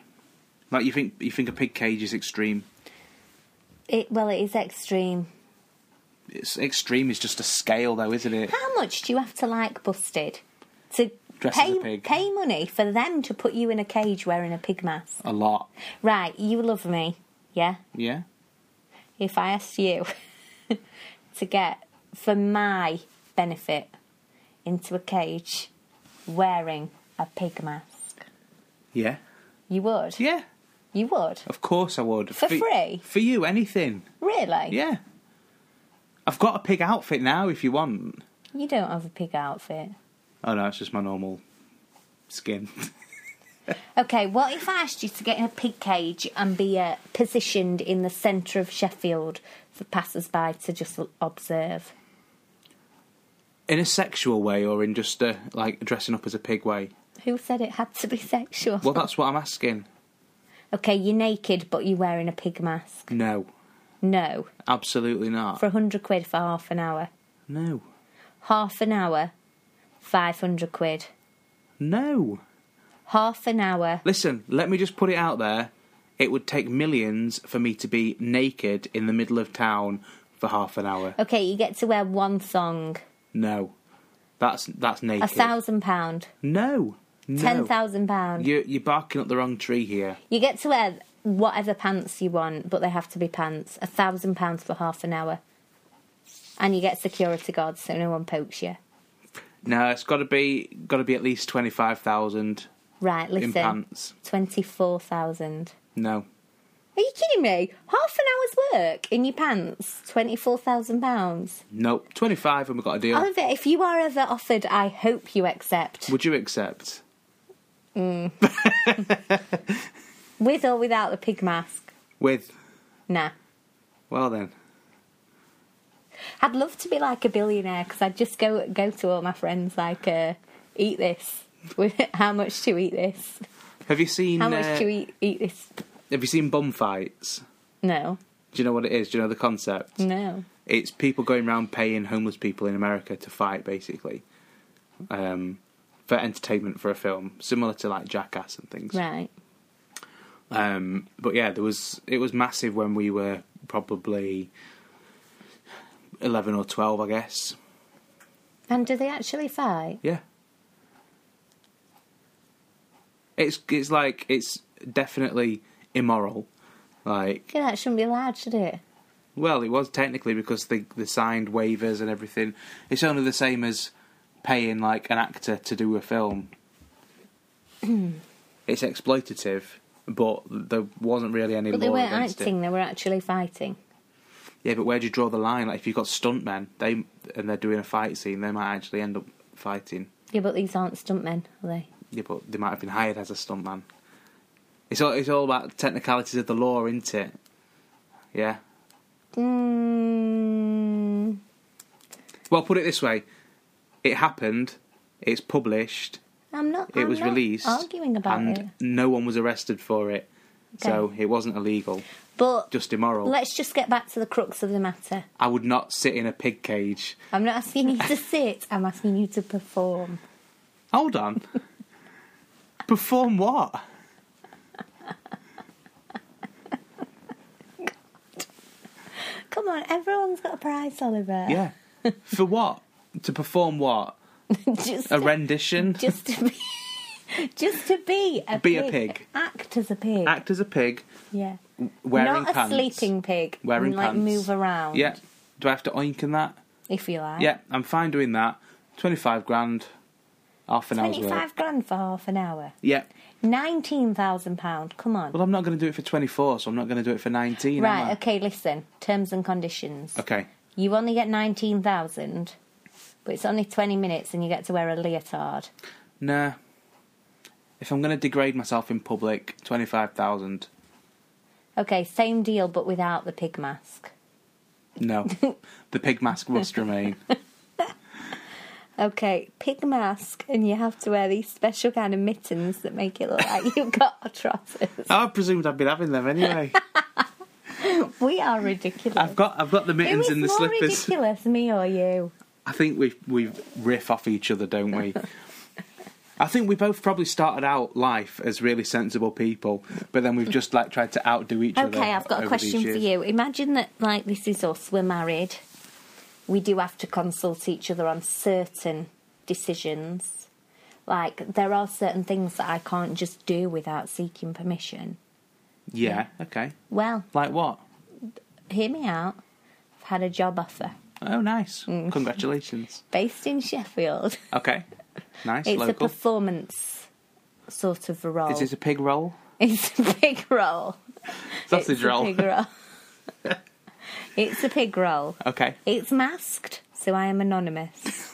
[SPEAKER 1] Like you think you think a pig cage is extreme.
[SPEAKER 2] It, well, it is extreme.
[SPEAKER 1] It's extreme is just a scale though, isn't it?
[SPEAKER 2] How much do you have to like Busted to
[SPEAKER 1] Dress as
[SPEAKER 2] pay,
[SPEAKER 1] a pig.
[SPEAKER 2] pay money for them to put you in a cage wearing a pig mask?
[SPEAKER 1] A lot.
[SPEAKER 2] Right, you love me, yeah?
[SPEAKER 1] Yeah.
[SPEAKER 2] If I asked you to get, for my benefit, into a cage wearing a pig mask,
[SPEAKER 1] Yeah.
[SPEAKER 2] you would?
[SPEAKER 1] Yeah.
[SPEAKER 2] You would?
[SPEAKER 1] Of course I would.
[SPEAKER 2] For free?
[SPEAKER 1] For you, anything.
[SPEAKER 2] Really?
[SPEAKER 1] Yeah. I've got a pig outfit now if you want.
[SPEAKER 2] You don't have a pig outfit.
[SPEAKER 1] Oh no, it's just my normal skin.
[SPEAKER 2] Okay, what if I asked you to get in a pig cage and be uh, positioned in the centre of Sheffield for passers-by to just l- observe?
[SPEAKER 1] in a sexual way or in just a, like dressing up as a pig way?
[SPEAKER 2] Who said it had to be sexual?
[SPEAKER 1] Well, that's what I'm asking.
[SPEAKER 2] Okay, you're naked, but you're wearing a pig mask.
[SPEAKER 1] No.
[SPEAKER 2] No,
[SPEAKER 1] Absolutely not.
[SPEAKER 2] for a hundred quid for half an hour.
[SPEAKER 1] No.
[SPEAKER 2] Half an hour, five hundred quid.
[SPEAKER 1] No.
[SPEAKER 2] Half an hour.
[SPEAKER 1] Listen, let me just put it out there. It would take millions for me to be naked in the middle of town for half an hour.
[SPEAKER 2] Okay, you get to wear one song.
[SPEAKER 1] No. That's that's naked.
[SPEAKER 2] A thousand pound.
[SPEAKER 1] No. No.
[SPEAKER 2] Ten thousand pound.
[SPEAKER 1] You're, you're barking up the wrong tree here.
[SPEAKER 2] You get to wear whatever pants you want, but they have to be pants. A thousand pounds for half an hour. And you get security guards so no one pokes you.
[SPEAKER 1] No, it's got to be got to be at least twenty five thousand
[SPEAKER 2] Right,
[SPEAKER 1] in
[SPEAKER 2] listen.
[SPEAKER 1] pants.
[SPEAKER 2] Twenty four thousand.
[SPEAKER 1] No,
[SPEAKER 2] Are you kidding me? Half an hour's work in your pants, twenty four thousand pounds.
[SPEAKER 1] nope, twenty five, and we got a deal.
[SPEAKER 2] Oliver, if you are ever offered, I hope you accept.
[SPEAKER 1] Would you accept?
[SPEAKER 2] With or without the pig mask.
[SPEAKER 1] With
[SPEAKER 2] Nah.
[SPEAKER 1] well then,
[SPEAKER 2] I'd love to be like a billionaire because I'd just go go to all my friends like, uh, eat this. How much to eat this?
[SPEAKER 1] have you seen?
[SPEAKER 2] How much
[SPEAKER 1] uh,
[SPEAKER 2] do we eat this?
[SPEAKER 1] Have you seen bum fights?
[SPEAKER 2] No,
[SPEAKER 1] Do you know what it is? Do you know the concept?
[SPEAKER 2] no.
[SPEAKER 1] It's people going around paying homeless people in America to fight, basically, um, for entertainment for a film, similar to like Jackass and things.
[SPEAKER 2] Right.
[SPEAKER 1] Um, but yeah, there was it was massive when we were probably eleven or twelve, I guess.
[SPEAKER 2] And do they actually fight?
[SPEAKER 1] Yeah. It's it's like it's definitely immoral. Like,
[SPEAKER 2] Yeah, that shouldn't be allowed, should it?
[SPEAKER 1] well, it was technically because they they signed waivers and everything. It's only the same as paying like an actor to do a film. it's exploitative, but there wasn't really any
[SPEAKER 2] But
[SPEAKER 1] law
[SPEAKER 2] they weren't
[SPEAKER 1] against
[SPEAKER 2] acting,
[SPEAKER 1] it.
[SPEAKER 2] they were actually fighting.
[SPEAKER 1] Yeah, but where do you draw the line? Like, if you've got stuntmen, they and they're doing a fight scene, they might actually end up fighting.
[SPEAKER 2] Yeah, but these aren't stuntmen, are they?
[SPEAKER 1] Yeah, but they might have been hired as a stuntman. It's all it's all about technicalities of the law, isn't it? Yeah.
[SPEAKER 2] Mm,
[SPEAKER 1] Well, put it this way: it happened, it's published,
[SPEAKER 2] I'm not.
[SPEAKER 1] it
[SPEAKER 2] I'm
[SPEAKER 1] was
[SPEAKER 2] not
[SPEAKER 1] released,
[SPEAKER 2] Arguing about
[SPEAKER 1] and
[SPEAKER 2] it,
[SPEAKER 1] no one was arrested for it, so it wasn't illegal,
[SPEAKER 2] but
[SPEAKER 1] just immoral.
[SPEAKER 2] let's just get back to the crux of the matter.
[SPEAKER 1] I would not sit in a pig cage.
[SPEAKER 2] I'm not asking you to sit. I'm asking you to perform.
[SPEAKER 1] Hold on. Perform what?
[SPEAKER 2] Come on, everyone's got a price, Oliver.
[SPEAKER 1] Yeah. For what? To perform what?
[SPEAKER 2] just,
[SPEAKER 1] A rendition?
[SPEAKER 2] just to be, just to be a
[SPEAKER 1] Be a
[SPEAKER 2] pig.
[SPEAKER 1] pig.
[SPEAKER 2] Act as a pig.
[SPEAKER 1] Act as a pig,
[SPEAKER 2] Yeah.
[SPEAKER 1] wearing
[SPEAKER 2] Not
[SPEAKER 1] pants.
[SPEAKER 2] a sleeping pig.
[SPEAKER 1] wearing
[SPEAKER 2] and, like
[SPEAKER 1] pants.
[SPEAKER 2] move around.
[SPEAKER 1] Yeah. Do I have to oink in that?
[SPEAKER 2] If you like.
[SPEAKER 1] Yeah, I'm fine doing that. Twenty-five grand, half an
[SPEAKER 2] Twenty
[SPEAKER 1] hour's work.
[SPEAKER 2] five grand for half an hour.
[SPEAKER 1] Yeah.
[SPEAKER 2] Nineteen thousand pound. Come on.
[SPEAKER 1] Well, I'm not going to do it for twenty-four, so I'm not going to do it for nineteen. am
[SPEAKER 2] right.
[SPEAKER 1] I?
[SPEAKER 2] Okay. Listen. Terms and conditions.
[SPEAKER 1] Okay.
[SPEAKER 2] You only get nineteen thousand, but it's only twenty minutes, and you get to wear a leotard.
[SPEAKER 1] Nah. If I'm going to degrade myself in public, twenty-five thousand.
[SPEAKER 2] Okay. Same deal, but without the pig mask.
[SPEAKER 1] No, the pig mask must remain.
[SPEAKER 2] Okay, pig mask, and you have to wear these special kind of mittens that make it look like you've got arthritis.
[SPEAKER 1] I presumed I'd been having them anyway.
[SPEAKER 2] We are ridiculous.
[SPEAKER 1] I've got I've got the
[SPEAKER 2] Who
[SPEAKER 1] mittens
[SPEAKER 2] is
[SPEAKER 1] and the
[SPEAKER 2] more
[SPEAKER 1] slippers.
[SPEAKER 2] ridiculous, me or you?
[SPEAKER 1] I think we we riff off each other, don't we? I think we both probably started out life as really sensible people, but then we've just like tried to outdo each other.
[SPEAKER 2] Okay, I've got a
[SPEAKER 1] over
[SPEAKER 2] question
[SPEAKER 1] these
[SPEAKER 2] for
[SPEAKER 1] years.
[SPEAKER 2] you. Imagine that, like, this is us, we're married. We do have to consult each other on certain decisions. Like, there are certain things that I can't just do without seeking permission.
[SPEAKER 1] Yeah. Okay.
[SPEAKER 2] Well,
[SPEAKER 1] Like what?
[SPEAKER 2] hear me out. I've had a job offer
[SPEAKER 1] Oh, nice.
[SPEAKER 2] Mm.
[SPEAKER 1] Congratulations.
[SPEAKER 2] based in Sheffield.
[SPEAKER 1] Okay. Nice.
[SPEAKER 2] It's a
[SPEAKER 1] Local.
[SPEAKER 2] performance sort of a role.
[SPEAKER 1] Is this a pig roll?
[SPEAKER 2] It's a pig roll.
[SPEAKER 1] Sausage
[SPEAKER 2] it's
[SPEAKER 1] roll.
[SPEAKER 2] A pig roll. it's a pig roll.
[SPEAKER 1] Okay.
[SPEAKER 2] It's masked, so I am anonymous.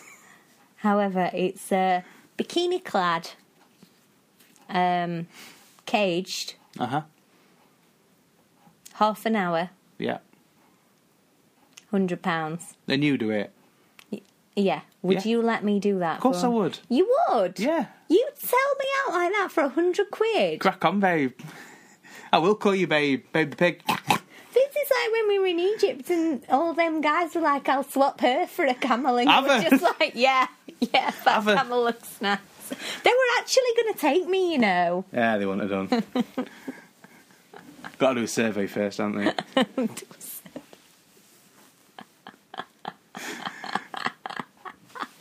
[SPEAKER 2] However, it's uh, bikini clad, um, caged,
[SPEAKER 1] Uh huh.
[SPEAKER 2] half an hour,
[SPEAKER 1] Yeah.
[SPEAKER 2] hundred pounds.
[SPEAKER 1] Then you do it.
[SPEAKER 2] Yeah, would
[SPEAKER 1] Yeah.
[SPEAKER 2] you let me do that?
[SPEAKER 1] Of course
[SPEAKER 2] for-
[SPEAKER 1] I would.
[SPEAKER 2] You would.
[SPEAKER 1] Yeah.
[SPEAKER 2] You sell me out like that for a hundred quid.
[SPEAKER 1] Crack on, babe. I will call you babe, babe the pig.
[SPEAKER 2] This is like when we were in Egypt and all them guys were like, I'll swap her for a camel. And you
[SPEAKER 1] Have
[SPEAKER 2] were
[SPEAKER 1] her.
[SPEAKER 2] just like, yeah, yeah, that
[SPEAKER 1] Have her.
[SPEAKER 2] camel looks nice. They were actually going to take me, you know.
[SPEAKER 1] Yeah, they want it done. Got to do a survey first, haven't they?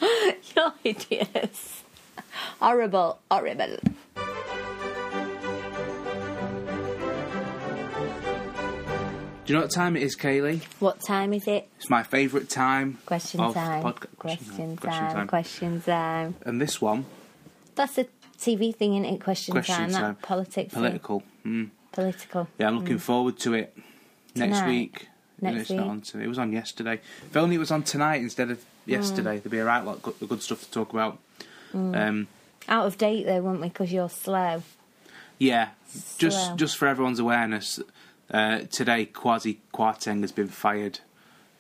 [SPEAKER 2] You're idiots. Horrible, horrible.
[SPEAKER 1] Do you know what time it is, Kaylee?
[SPEAKER 2] What time is it?
[SPEAKER 1] It's my favourite time.
[SPEAKER 2] Question
[SPEAKER 1] of
[SPEAKER 2] time.
[SPEAKER 1] podca-
[SPEAKER 2] question, time. Question time.
[SPEAKER 1] And this one,
[SPEAKER 2] That's a TV thing, isn't it? Question,
[SPEAKER 1] Question
[SPEAKER 2] time.
[SPEAKER 1] time.
[SPEAKER 2] That politic thing.
[SPEAKER 1] political. Mm.
[SPEAKER 2] Political.
[SPEAKER 1] Yeah, I'm looking forward to it next
[SPEAKER 2] Mm. Tonight?
[SPEAKER 1] week. No,
[SPEAKER 2] Next
[SPEAKER 1] it's not
[SPEAKER 2] week? Mm.
[SPEAKER 1] on today. It was on yesterday. If only it was on tonight instead of yesterday, there'd be a right lot of good- good stuff to talk about.
[SPEAKER 2] Mm.
[SPEAKER 1] Um,
[SPEAKER 2] Out of date though, weren't we? Because you're slow.
[SPEAKER 1] Yeah, just
[SPEAKER 2] Slow.
[SPEAKER 1] just for everyone's awareness, uh, today Kwasi Kwarteng has been fired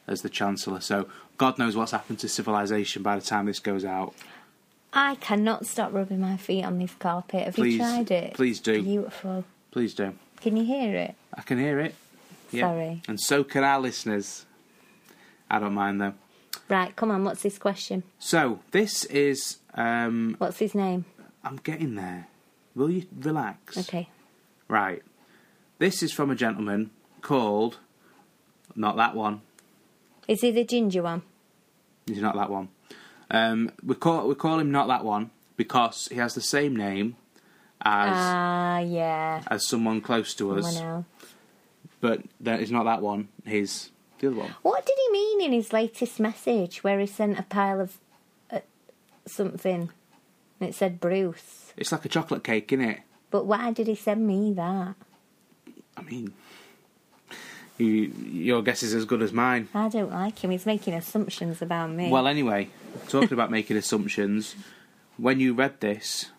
[SPEAKER 1] as the Chancellor. So God knows what's happened to civilization by the time this goes out.
[SPEAKER 2] I cannot stop rubbing my feet on this carpet. Have
[SPEAKER 1] Please-
[SPEAKER 2] you tried it?
[SPEAKER 1] please do.
[SPEAKER 2] Beautiful.
[SPEAKER 1] Please do.
[SPEAKER 2] Can you hear it?
[SPEAKER 1] I can hear it.
[SPEAKER 2] Sorry.
[SPEAKER 1] And so can our listeners. I don't mind though.
[SPEAKER 2] Right, come on. What's this question?
[SPEAKER 1] So this is. Um,
[SPEAKER 2] What's his name?
[SPEAKER 1] I'm getting there. Will you relax?
[SPEAKER 2] Okay.
[SPEAKER 1] Right. This is from a gentleman called. Not that one.
[SPEAKER 2] Is he the ginger one?
[SPEAKER 1] He's not that one. Um, we call we call him not that one because he has the same name as
[SPEAKER 2] Ah, yeah.
[SPEAKER 1] as someone close to us,
[SPEAKER 2] Someone else.
[SPEAKER 1] but that is not that one. He's the other one.
[SPEAKER 2] What did he mean in his latest message where he sent a pile of uh, something and it said Bruce?
[SPEAKER 1] It's like a chocolate cake, isn't it?
[SPEAKER 2] But why did he send me that?
[SPEAKER 1] I mean, you, your guess is as good as mine.
[SPEAKER 2] I don't like him. He's making assumptions about me.
[SPEAKER 1] Well, anyway, talking about making assumptions, when you read this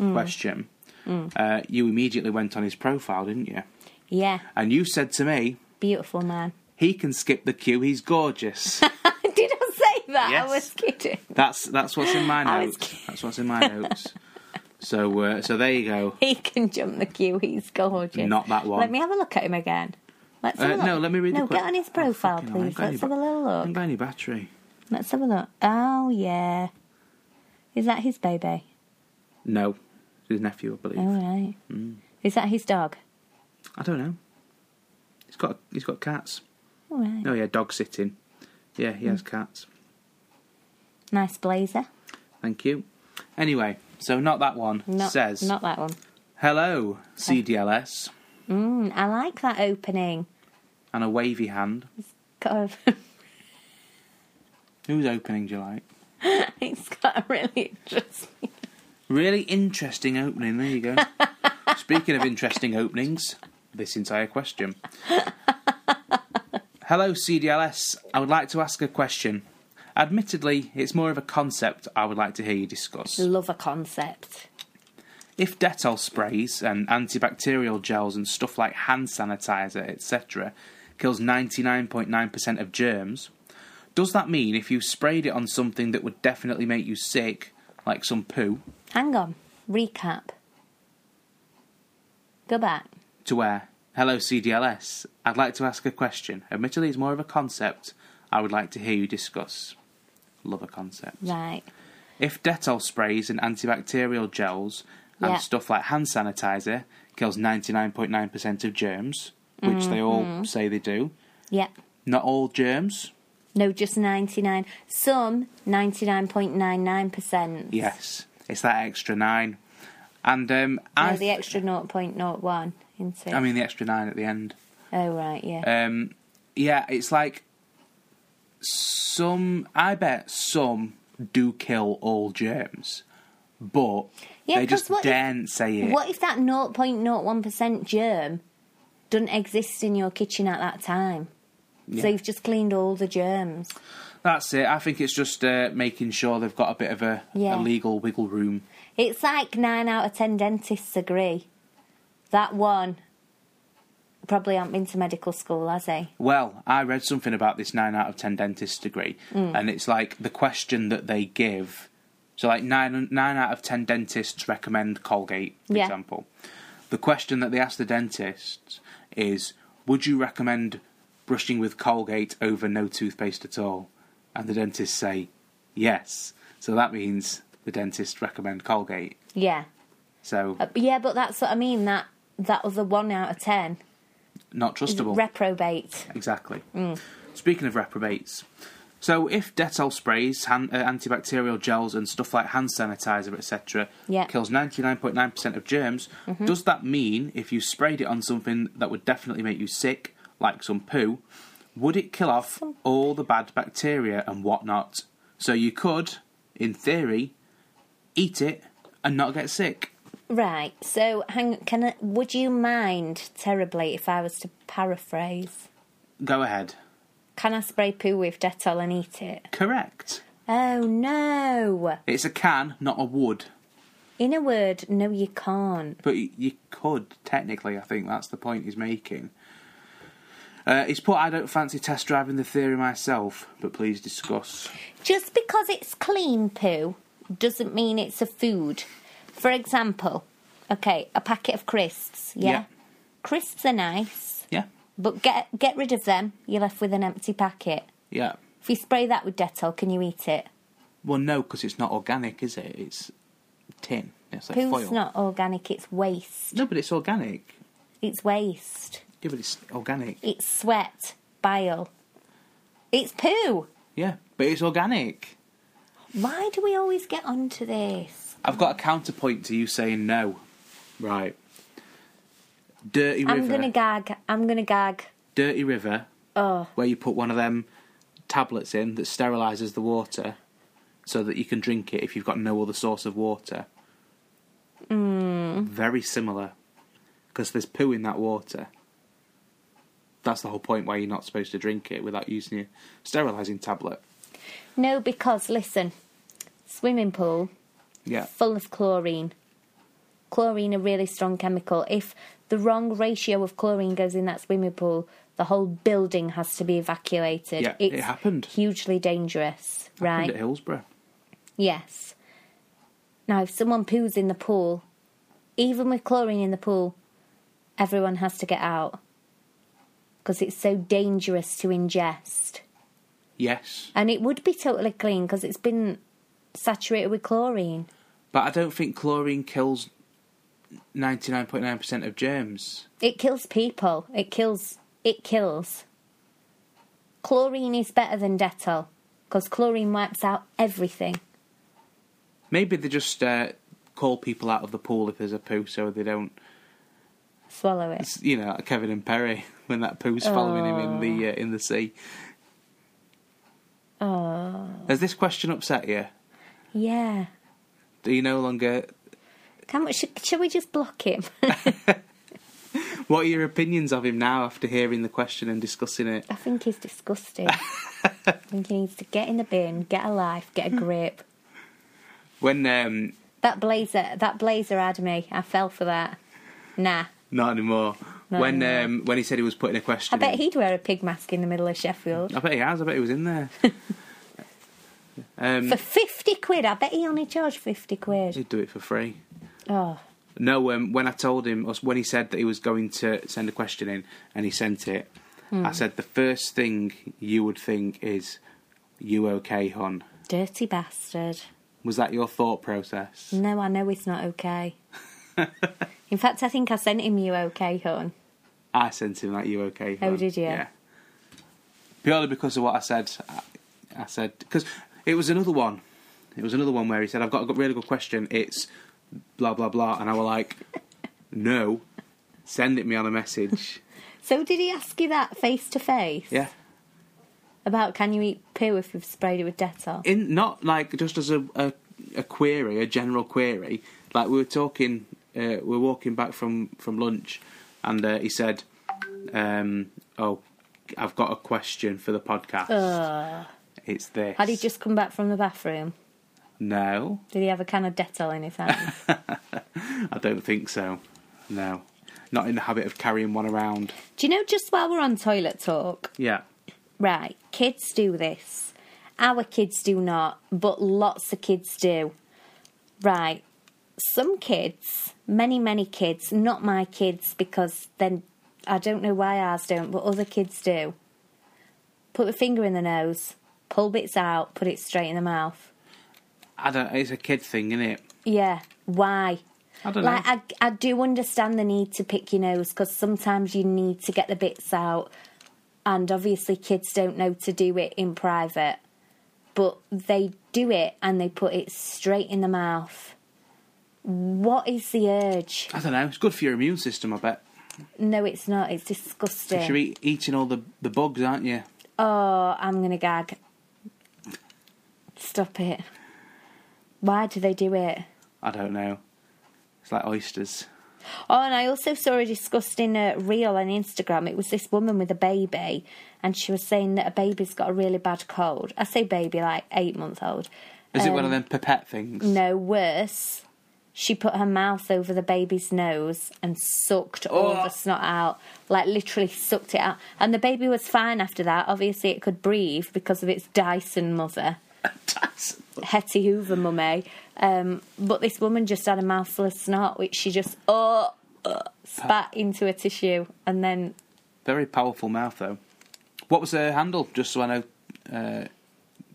[SPEAKER 2] Mm.
[SPEAKER 1] question, Uh, you immediately went on his profile, didn't you?
[SPEAKER 2] yeah,
[SPEAKER 1] And you said to me,
[SPEAKER 2] beautiful man.
[SPEAKER 1] "He can skip the queue. He's gorgeous."
[SPEAKER 2] did I say that?
[SPEAKER 1] Yes.
[SPEAKER 2] I was kidding.
[SPEAKER 1] That's that's what's in my
[SPEAKER 2] I was
[SPEAKER 1] notes. That's what's in my notes. So uh, so there you go.
[SPEAKER 2] He can jump the queue. He's gorgeous.
[SPEAKER 1] Not that one.
[SPEAKER 2] Let me have a look at him again. Let's have
[SPEAKER 1] Uh,
[SPEAKER 2] a look.
[SPEAKER 1] no, let me read the
[SPEAKER 2] No,
[SPEAKER 1] que-
[SPEAKER 2] get on his
[SPEAKER 1] Oh,
[SPEAKER 2] profile,
[SPEAKER 1] fucking hell, I ain't
[SPEAKER 2] please.
[SPEAKER 1] got any
[SPEAKER 2] Let's have a
[SPEAKER 1] ba-
[SPEAKER 2] little
[SPEAKER 1] I ain't
[SPEAKER 2] look.
[SPEAKER 1] got any battery.
[SPEAKER 2] Let's have a look. Oh yeah, is that his baby?
[SPEAKER 1] No, it's his nephew, I believe.
[SPEAKER 2] All right.
[SPEAKER 1] Hmm.
[SPEAKER 2] Is that his dog?
[SPEAKER 1] I don't know. He's got he's got cats.
[SPEAKER 2] All right.
[SPEAKER 1] No, yeah, dog sitting. Yeah, he
[SPEAKER 2] Hmm.
[SPEAKER 1] has cats.
[SPEAKER 2] Nice blazer.
[SPEAKER 1] Thank you. Anyway, so not that one
[SPEAKER 2] Not,
[SPEAKER 1] says
[SPEAKER 2] not that one.
[SPEAKER 1] hello CDLS
[SPEAKER 2] Mm, I like that opening.
[SPEAKER 1] and a wavy hand.
[SPEAKER 2] Got
[SPEAKER 1] Whose opening do you like?
[SPEAKER 2] a, it's got a really interesting.
[SPEAKER 1] Really interesting opening. There you go. Speaking of interesting openings, this entire question. Hello, CDLS. I would like to ask a question. Admittedly, it's more of a concept I would like to hear you discuss.
[SPEAKER 2] Love a concept.
[SPEAKER 1] If Dettol sprays and antibacterial gels and stuff like hand sanitizer, etc., kills 99.9% of germs, does that mean if you sprayed it on something that would definitely make you sick, like some poo,
[SPEAKER 2] Hang on. Recap. Go back.
[SPEAKER 1] to where, hello CDLS, I'd like to ask a question. Admittedly, it's more of a concept I would like to hear you discuss. Love a concept.
[SPEAKER 2] Right.
[SPEAKER 1] If Dettol sprays and antibacterial gels and
[SPEAKER 2] Yeah.
[SPEAKER 1] stuff like hand sanitizer kills 99.9% of germs, which they
[SPEAKER 2] Mm-hmm.
[SPEAKER 1] all say they do,
[SPEAKER 2] Yeah.
[SPEAKER 1] not all germs,
[SPEAKER 2] No, just 99. Some 99.99%.
[SPEAKER 1] yes, it's that extra nine. And um,
[SPEAKER 2] No,
[SPEAKER 1] I,
[SPEAKER 2] the extra 0.01 into.
[SPEAKER 1] I mean the extra nine at the end.
[SPEAKER 2] oh, right, yeah.
[SPEAKER 1] Um, yeah, it's like some. I bet some do kill all germs, but
[SPEAKER 2] Yeah,
[SPEAKER 1] they
[SPEAKER 2] 'cause
[SPEAKER 1] just
[SPEAKER 2] what if-
[SPEAKER 1] daren't say it.
[SPEAKER 2] What if that 0.01% germ doesn't exist in your kitchen at that time? So
[SPEAKER 1] Yeah.
[SPEAKER 2] you've just cleaned all the germs.
[SPEAKER 1] That's it. I think it's just uh, making sure they've got a bit of a,
[SPEAKER 2] Yeah.
[SPEAKER 1] a legal wiggle room.
[SPEAKER 2] It's like nine out of ten dentists agree. That one probably hasn't been to medical school, has he?
[SPEAKER 1] Well, I read something about this nine out of ten dentist degree,
[SPEAKER 2] Mm.
[SPEAKER 1] and it's like the question that they give. So, like nine nine out of ten dentists recommend Colgate, for
[SPEAKER 2] Yeah.
[SPEAKER 1] example. The question that they ask the dentist is, "Would you recommend brushing with Colgate over no toothpaste at all?" And the dentists say, "Yes." So that means the dentist recommend Colgate.
[SPEAKER 2] Yeah.
[SPEAKER 1] So
[SPEAKER 2] Uh, yeah, but that's what I mean. That that other one out of ten
[SPEAKER 1] not trustable.
[SPEAKER 2] reprobate.
[SPEAKER 1] Exactly. Speaking of reprobates, so if Dettol sprays, hand, uh, antibacterial gels, and stuff like hand sanitizer, etc.,
[SPEAKER 2] Yeah.
[SPEAKER 1] kills 99.9% of germs, does that mean if you sprayed it on something that would definitely make you sick, like some poo, would it kill off all the bad bacteria and whatnot? So you could, in theory, eat it and not get sick.
[SPEAKER 2] Right. So, hang. Can I, would you mind terribly if I was to paraphrase?
[SPEAKER 1] Go ahead.
[SPEAKER 2] Can I spray poo with Dettol and eat it?
[SPEAKER 1] Correct.
[SPEAKER 2] Oh no!
[SPEAKER 1] It's a can, not a wood.
[SPEAKER 2] In a word, no, you can't.
[SPEAKER 1] But y- you could technically. I think that's the point he's making. Uh, he's put. I don't fancy test driving the theory myself, but please discuss.
[SPEAKER 2] Just because it's clean poo doesn't mean it's a food. For example, okay, a packet of crisps, yeah?
[SPEAKER 1] Yeah.
[SPEAKER 2] Crisps are nice,
[SPEAKER 1] Yeah,
[SPEAKER 2] but get get rid of them, you're left with an empty packet.
[SPEAKER 1] yeah.
[SPEAKER 2] If you spray that with Dettol, can you eat it?
[SPEAKER 1] Well, no, because it's not organic, is it? It's tin. It's like
[SPEAKER 2] Poo's
[SPEAKER 1] foil.
[SPEAKER 2] not organic, it's waste.
[SPEAKER 1] No, but it's organic.
[SPEAKER 2] It's waste.
[SPEAKER 1] Yeah, but it's organic.
[SPEAKER 2] It's sweat, bile. It's poo.
[SPEAKER 1] Yeah, but it's organic.
[SPEAKER 2] Why do we always get onto this?
[SPEAKER 1] I've got a counterpoint to you saying no. Right. Dirty river.
[SPEAKER 2] I'm gonna gag. I'm gonna gag.
[SPEAKER 1] Dirty river.
[SPEAKER 2] Oh,
[SPEAKER 1] where you put one of them tablets in that sterilises the water so that you can drink it if you've got no other source of water.
[SPEAKER 2] Hmm.
[SPEAKER 1] Mm. Very similar. Because there's poo in that water. That's the whole point why you're not supposed to drink it without using your sterilising tablet.
[SPEAKER 2] No, because listen, swimming pool
[SPEAKER 1] Yeah.
[SPEAKER 2] full of chlorine. Chlorine, a really strong chemical. If the wrong ratio of chlorine goes in that swimming pool, the whole building has to be evacuated.
[SPEAKER 1] Yeah, it happened.
[SPEAKER 2] Hugely dangerous,
[SPEAKER 1] Happened
[SPEAKER 2] right?
[SPEAKER 1] At Hillsborough.
[SPEAKER 2] Yes. Now, if someone poos in the pool, even with chlorine in the pool, everyone has to get out because it's so dangerous to ingest.
[SPEAKER 1] Yes.
[SPEAKER 2] And it would be totally clean because it's been saturated with chlorine.
[SPEAKER 1] But I don't think chlorine kills 99.9% of germs.
[SPEAKER 2] It kills people. It kills. It kills. Chlorine is better than Dettol because chlorine wipes out everything.
[SPEAKER 1] Maybe they just uh, call people out of the pool if there's a poo so they don't
[SPEAKER 2] Swallow it.
[SPEAKER 1] It's, you know, like Kevin and Perry when that poo's following him in
[SPEAKER 2] Oh.
[SPEAKER 1] the uh, in the sea. Has this question upset you?
[SPEAKER 2] Yeah.
[SPEAKER 1] Do you no longer?
[SPEAKER 2] Can we, should, shall we just block him?
[SPEAKER 1] What are your opinions of him now after hearing the question and discussing it?
[SPEAKER 2] I think he's disgusting. I think he needs to get in the bin, get a life, get a grip.
[SPEAKER 1] When um,
[SPEAKER 2] That blazer, that blazer had me. I fell for that. Nah.
[SPEAKER 1] not anymore.
[SPEAKER 2] Not
[SPEAKER 1] when
[SPEAKER 2] anymore.
[SPEAKER 1] um, when he said he was putting a
[SPEAKER 2] I
[SPEAKER 1] question.
[SPEAKER 2] bet
[SPEAKER 1] in.
[SPEAKER 2] he'd wear a pig mask in the middle of Sheffield.
[SPEAKER 1] I bet he has. I bet he was in there. um,
[SPEAKER 2] For 50 quid, I bet he only charged 50 quid.
[SPEAKER 1] he'd do it for free.
[SPEAKER 2] Oh.
[SPEAKER 1] No, um, when I told him, us- when he said that he was going to send a question in and he sent it,
[SPEAKER 2] Hmm.
[SPEAKER 1] I said, the first thing you would think is, you okay, hon?
[SPEAKER 2] Dirty bastard.
[SPEAKER 1] Was that your thought process?
[SPEAKER 2] No, I know it's not okay. In fact, I think I sent him you okay, hon.
[SPEAKER 1] I sent him that you okay.
[SPEAKER 2] Oh,
[SPEAKER 1] hon?"
[SPEAKER 2] did you?
[SPEAKER 1] Yeah. Purely because of what I said. I, I said because it was another one. It was another one where he said, "I've got a good- really good question. It's blah blah blah," and I were like, "No, send it me on a message."
[SPEAKER 2] So did he ask you that face to face
[SPEAKER 1] Yeah.
[SPEAKER 2] about can you eat poo if you've sprayed it with Dettol?
[SPEAKER 1] in not like just as a a, a query, a general query. Like we were talking, uh, we were walking back from from lunch, and uh, he said, um, "Oh, I've got a question for the podcast. It's this."
[SPEAKER 2] Uh, Had he just come back from the bathroom?
[SPEAKER 1] No,
[SPEAKER 2] Did he have a can of Dettol in his hand?
[SPEAKER 1] I don't think so. No, not in the habit of carrying one around.
[SPEAKER 2] Do you know just while we're on toilet talk?
[SPEAKER 1] Yeah,
[SPEAKER 2] Right, kids do this. Our kids do not, but lots of kids do. Right, some kids, many, many kids, not my kids because then I don't know why ours don't, but other kids do. Put the finger in the nose, pull bits out, put it straight in the mouth.
[SPEAKER 1] I don't. It's a kid thing, isn't it?
[SPEAKER 2] Yeah, why?
[SPEAKER 1] I don't
[SPEAKER 2] like
[SPEAKER 1] know.
[SPEAKER 2] I, I do understand the need to pick your nose because sometimes you need to get the bits out and obviously kids don't know to do it in private but they do it and they put it straight in the mouth what is the urge
[SPEAKER 1] I don't know. It's good for your immune system, I bet.
[SPEAKER 2] no it's not it's disgusting
[SPEAKER 1] You're eat, eating all the the bugs, aren't you?
[SPEAKER 2] oh i'm gonna gag stop it why do they do it
[SPEAKER 1] I don't know. It's like oysters.
[SPEAKER 2] Oh, and I also saw a disgusting uh, reel on Instagram. It was this woman with a baby, and she was saying that a baby's got a really bad cold. I say baby, like eight month old.
[SPEAKER 1] Is it
[SPEAKER 2] Um,
[SPEAKER 1] one of them pipette things?
[SPEAKER 2] No, worse. She put her mouth over the baby's nose and sucked all
[SPEAKER 1] Oh.
[SPEAKER 2] the snot out, like literally sucked it out. And the baby was fine after that. Obviously, it could breathe because of its Dyson mother.
[SPEAKER 1] That's-
[SPEAKER 2] Hetty Hoover mummy. Um, but this woman just had a mouthful of snot, which she just oh, uh, spat into a tissue, and then
[SPEAKER 1] Very powerful mouth, though. What was her handle? Just so I know. Uh,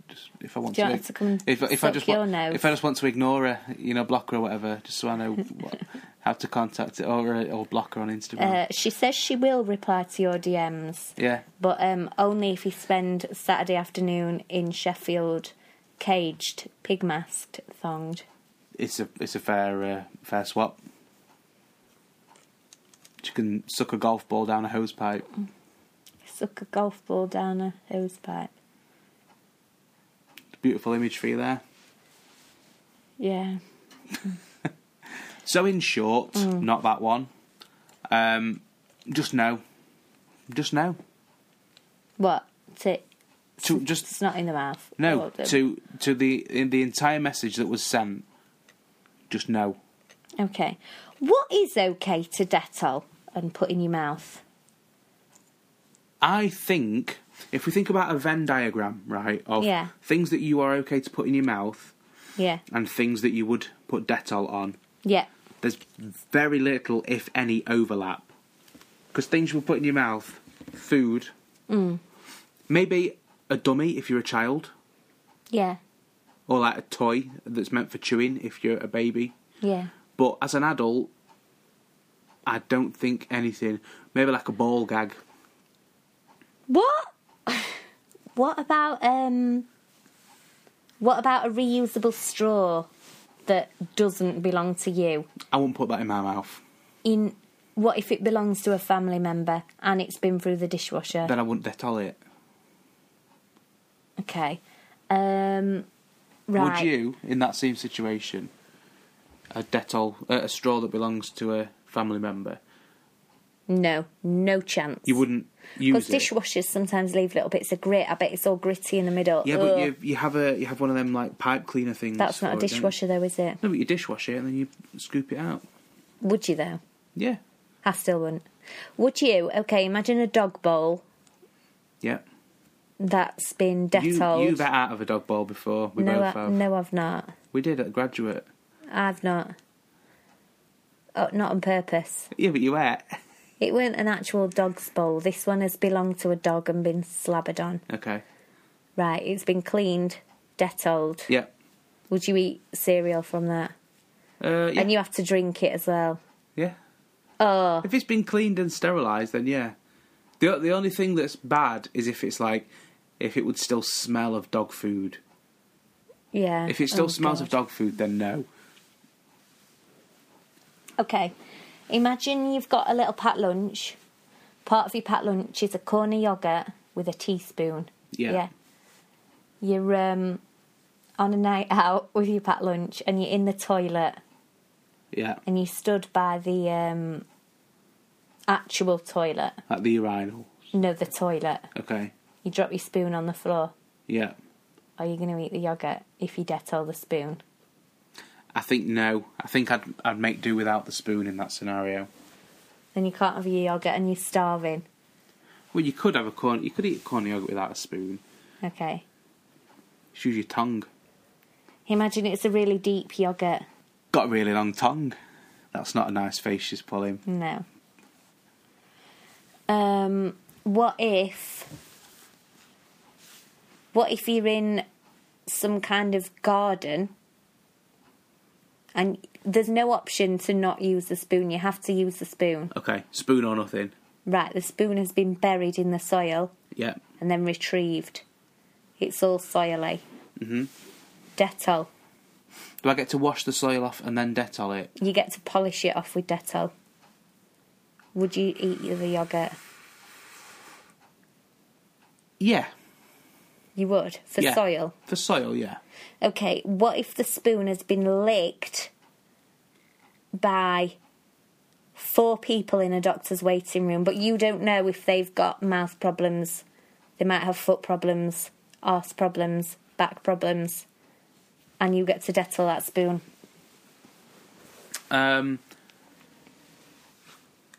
[SPEAKER 1] just if I want
[SPEAKER 2] Do you
[SPEAKER 1] to,
[SPEAKER 2] want us to come and
[SPEAKER 1] if, if I
[SPEAKER 2] suck
[SPEAKER 1] just
[SPEAKER 2] your
[SPEAKER 1] want,
[SPEAKER 2] nose?
[SPEAKER 1] if I just want to ignore her, you know, block her or whatever, just so I know what, how to contact her or, uh, or block her on Instagram.
[SPEAKER 2] uh, she says she will reply to your DMs,
[SPEAKER 1] yeah,
[SPEAKER 2] but um, only if you spend Saturday afternoon in Sheffield, caged, pig masked, thonged.
[SPEAKER 1] it's a it's a fair uh, fair swap. She can suck a golf ball down a hose pipe.
[SPEAKER 2] Suck a golf ball down a hose pipe.
[SPEAKER 1] Beautiful image for you there.
[SPEAKER 2] Yeah.
[SPEAKER 1] So in short, not that one. Um, just no, just no.
[SPEAKER 2] What? To,
[SPEAKER 1] To just
[SPEAKER 2] it's not in the mouth.
[SPEAKER 1] No,
[SPEAKER 2] Or the-
[SPEAKER 1] to to the in the entire message that was sent. Just no.
[SPEAKER 2] Okay. What is okay to Dettol and put in your mouth?
[SPEAKER 1] I think if we think about a Venn diagram, right, of
[SPEAKER 2] Yeah.
[SPEAKER 1] things that you are okay to put in your mouth
[SPEAKER 2] Yeah.
[SPEAKER 1] and things that you would put Dettol on,
[SPEAKER 2] Yeah.
[SPEAKER 1] there's very little, if any, overlap. Because things you would put in your mouth, food, maybe a dummy if you're a child,
[SPEAKER 2] Yeah.
[SPEAKER 1] or like a toy that's meant for chewing if you're a baby.
[SPEAKER 2] Yeah.
[SPEAKER 1] But as an adult, I don't think anything. Maybe like a ball gag.
[SPEAKER 2] What? what about um what about a reusable straw that doesn't belong to you?
[SPEAKER 1] I wouldn't put that in my mouth.
[SPEAKER 2] In what if it belongs to a family member and it's been through the dishwasher?
[SPEAKER 1] Then I wouldn't detol it.
[SPEAKER 2] okay. Um right.
[SPEAKER 1] Would you, in that same situation, a detol, uh, a straw that belongs to a family member,
[SPEAKER 2] No, no chance.
[SPEAKER 1] you wouldn't use
[SPEAKER 2] because
[SPEAKER 1] it?
[SPEAKER 2] dishwashers sometimes leave little bits of grit. I bet it's all gritty in the middle.
[SPEAKER 1] yeah, but
[SPEAKER 2] Ugh.
[SPEAKER 1] you you have a you have one of them like pipe cleaner things.
[SPEAKER 2] That's not a
[SPEAKER 1] for it, don't you?
[SPEAKER 2] dishwasher, though, is it?
[SPEAKER 1] No, but you dishwash it and then you scoop it out.
[SPEAKER 2] Would you, though?
[SPEAKER 1] Yeah,
[SPEAKER 2] I still wouldn't. Would you? Okay, imagine a dog bowl
[SPEAKER 1] yeah.
[SPEAKER 2] that's been
[SPEAKER 1] You
[SPEAKER 2] Dettol.
[SPEAKER 1] you've ate out of a dog bowl before. We
[SPEAKER 2] no,
[SPEAKER 1] both
[SPEAKER 2] I,
[SPEAKER 1] have.
[SPEAKER 2] no, I've not.
[SPEAKER 1] We did at graduate.
[SPEAKER 2] I've not. Oh, not on purpose.
[SPEAKER 1] Yeah, but you ate.
[SPEAKER 2] It weren't an actual dog's bowl. This one has belonged to a dog and been slabbered on.
[SPEAKER 1] Okay.
[SPEAKER 2] Right, it's been cleaned, Dettoled.
[SPEAKER 1] Yeah.
[SPEAKER 2] Would you eat cereal from that?
[SPEAKER 1] Uh, yeah.
[SPEAKER 2] And you have to drink it as well.
[SPEAKER 1] yeah.
[SPEAKER 2] Oh,
[SPEAKER 1] If it's been cleaned and sterilised, then yeah. The o- the only thing that's bad is if it's like if it would still smell of dog food.
[SPEAKER 2] yeah.
[SPEAKER 1] If it still
[SPEAKER 2] Oh,
[SPEAKER 1] smells of
[SPEAKER 2] God.
[SPEAKER 1] dog food, then no.
[SPEAKER 2] Okay. Imagine you've got a little packed lunch. Part of your packed lunch is a corn of yogurt with a teaspoon.
[SPEAKER 1] Yeah.
[SPEAKER 2] You're um, on a night out with your packed lunch and you're in the toilet
[SPEAKER 1] Yeah,
[SPEAKER 2] and you stood by the um, actual toilet.
[SPEAKER 1] like the urinal.
[SPEAKER 2] No, the toilet.
[SPEAKER 1] Okay.
[SPEAKER 2] You drop your spoon on the floor.
[SPEAKER 1] Yeah.
[SPEAKER 2] Are you going to eat the yogurt if you detol the spoon?
[SPEAKER 1] I think no. I think I'd I'd make do without the spoon in that scenario.
[SPEAKER 2] Then you can't have your yogurt and you're starving.
[SPEAKER 1] Well, you could have a corn. You could eat corn yogurt without a spoon.
[SPEAKER 2] Okay.
[SPEAKER 1] Just use your tongue.
[SPEAKER 2] Imagine it's a really deep yogurt.
[SPEAKER 1] Got a really long tongue. That's not a nice face she's pulling.
[SPEAKER 2] No. Um, what if? What if you're in some kind of garden and there's no option to not use the spoon? You have to use the spoon.
[SPEAKER 1] Okay, spoon or nothing.
[SPEAKER 2] Right, the spoon has been buried in the soil
[SPEAKER 1] Yeah.
[SPEAKER 2] and then retrieved. It's all soily. Mm-hmm. Dettol.
[SPEAKER 1] Do I get to wash the soil off and then Dettol it?
[SPEAKER 2] You get to polish it off with Dettol. Would you eat the yogurt?
[SPEAKER 1] Yeah.
[SPEAKER 2] You would for
[SPEAKER 1] yeah.
[SPEAKER 2] soil.
[SPEAKER 1] For soil, yeah.
[SPEAKER 2] Okay, what if the spoon has been licked by four people in a doctor's waiting room, but you don't know if they've got mouth problems, they might have foot problems, arse problems, back problems, and you get to dettol that spoon.
[SPEAKER 1] Um,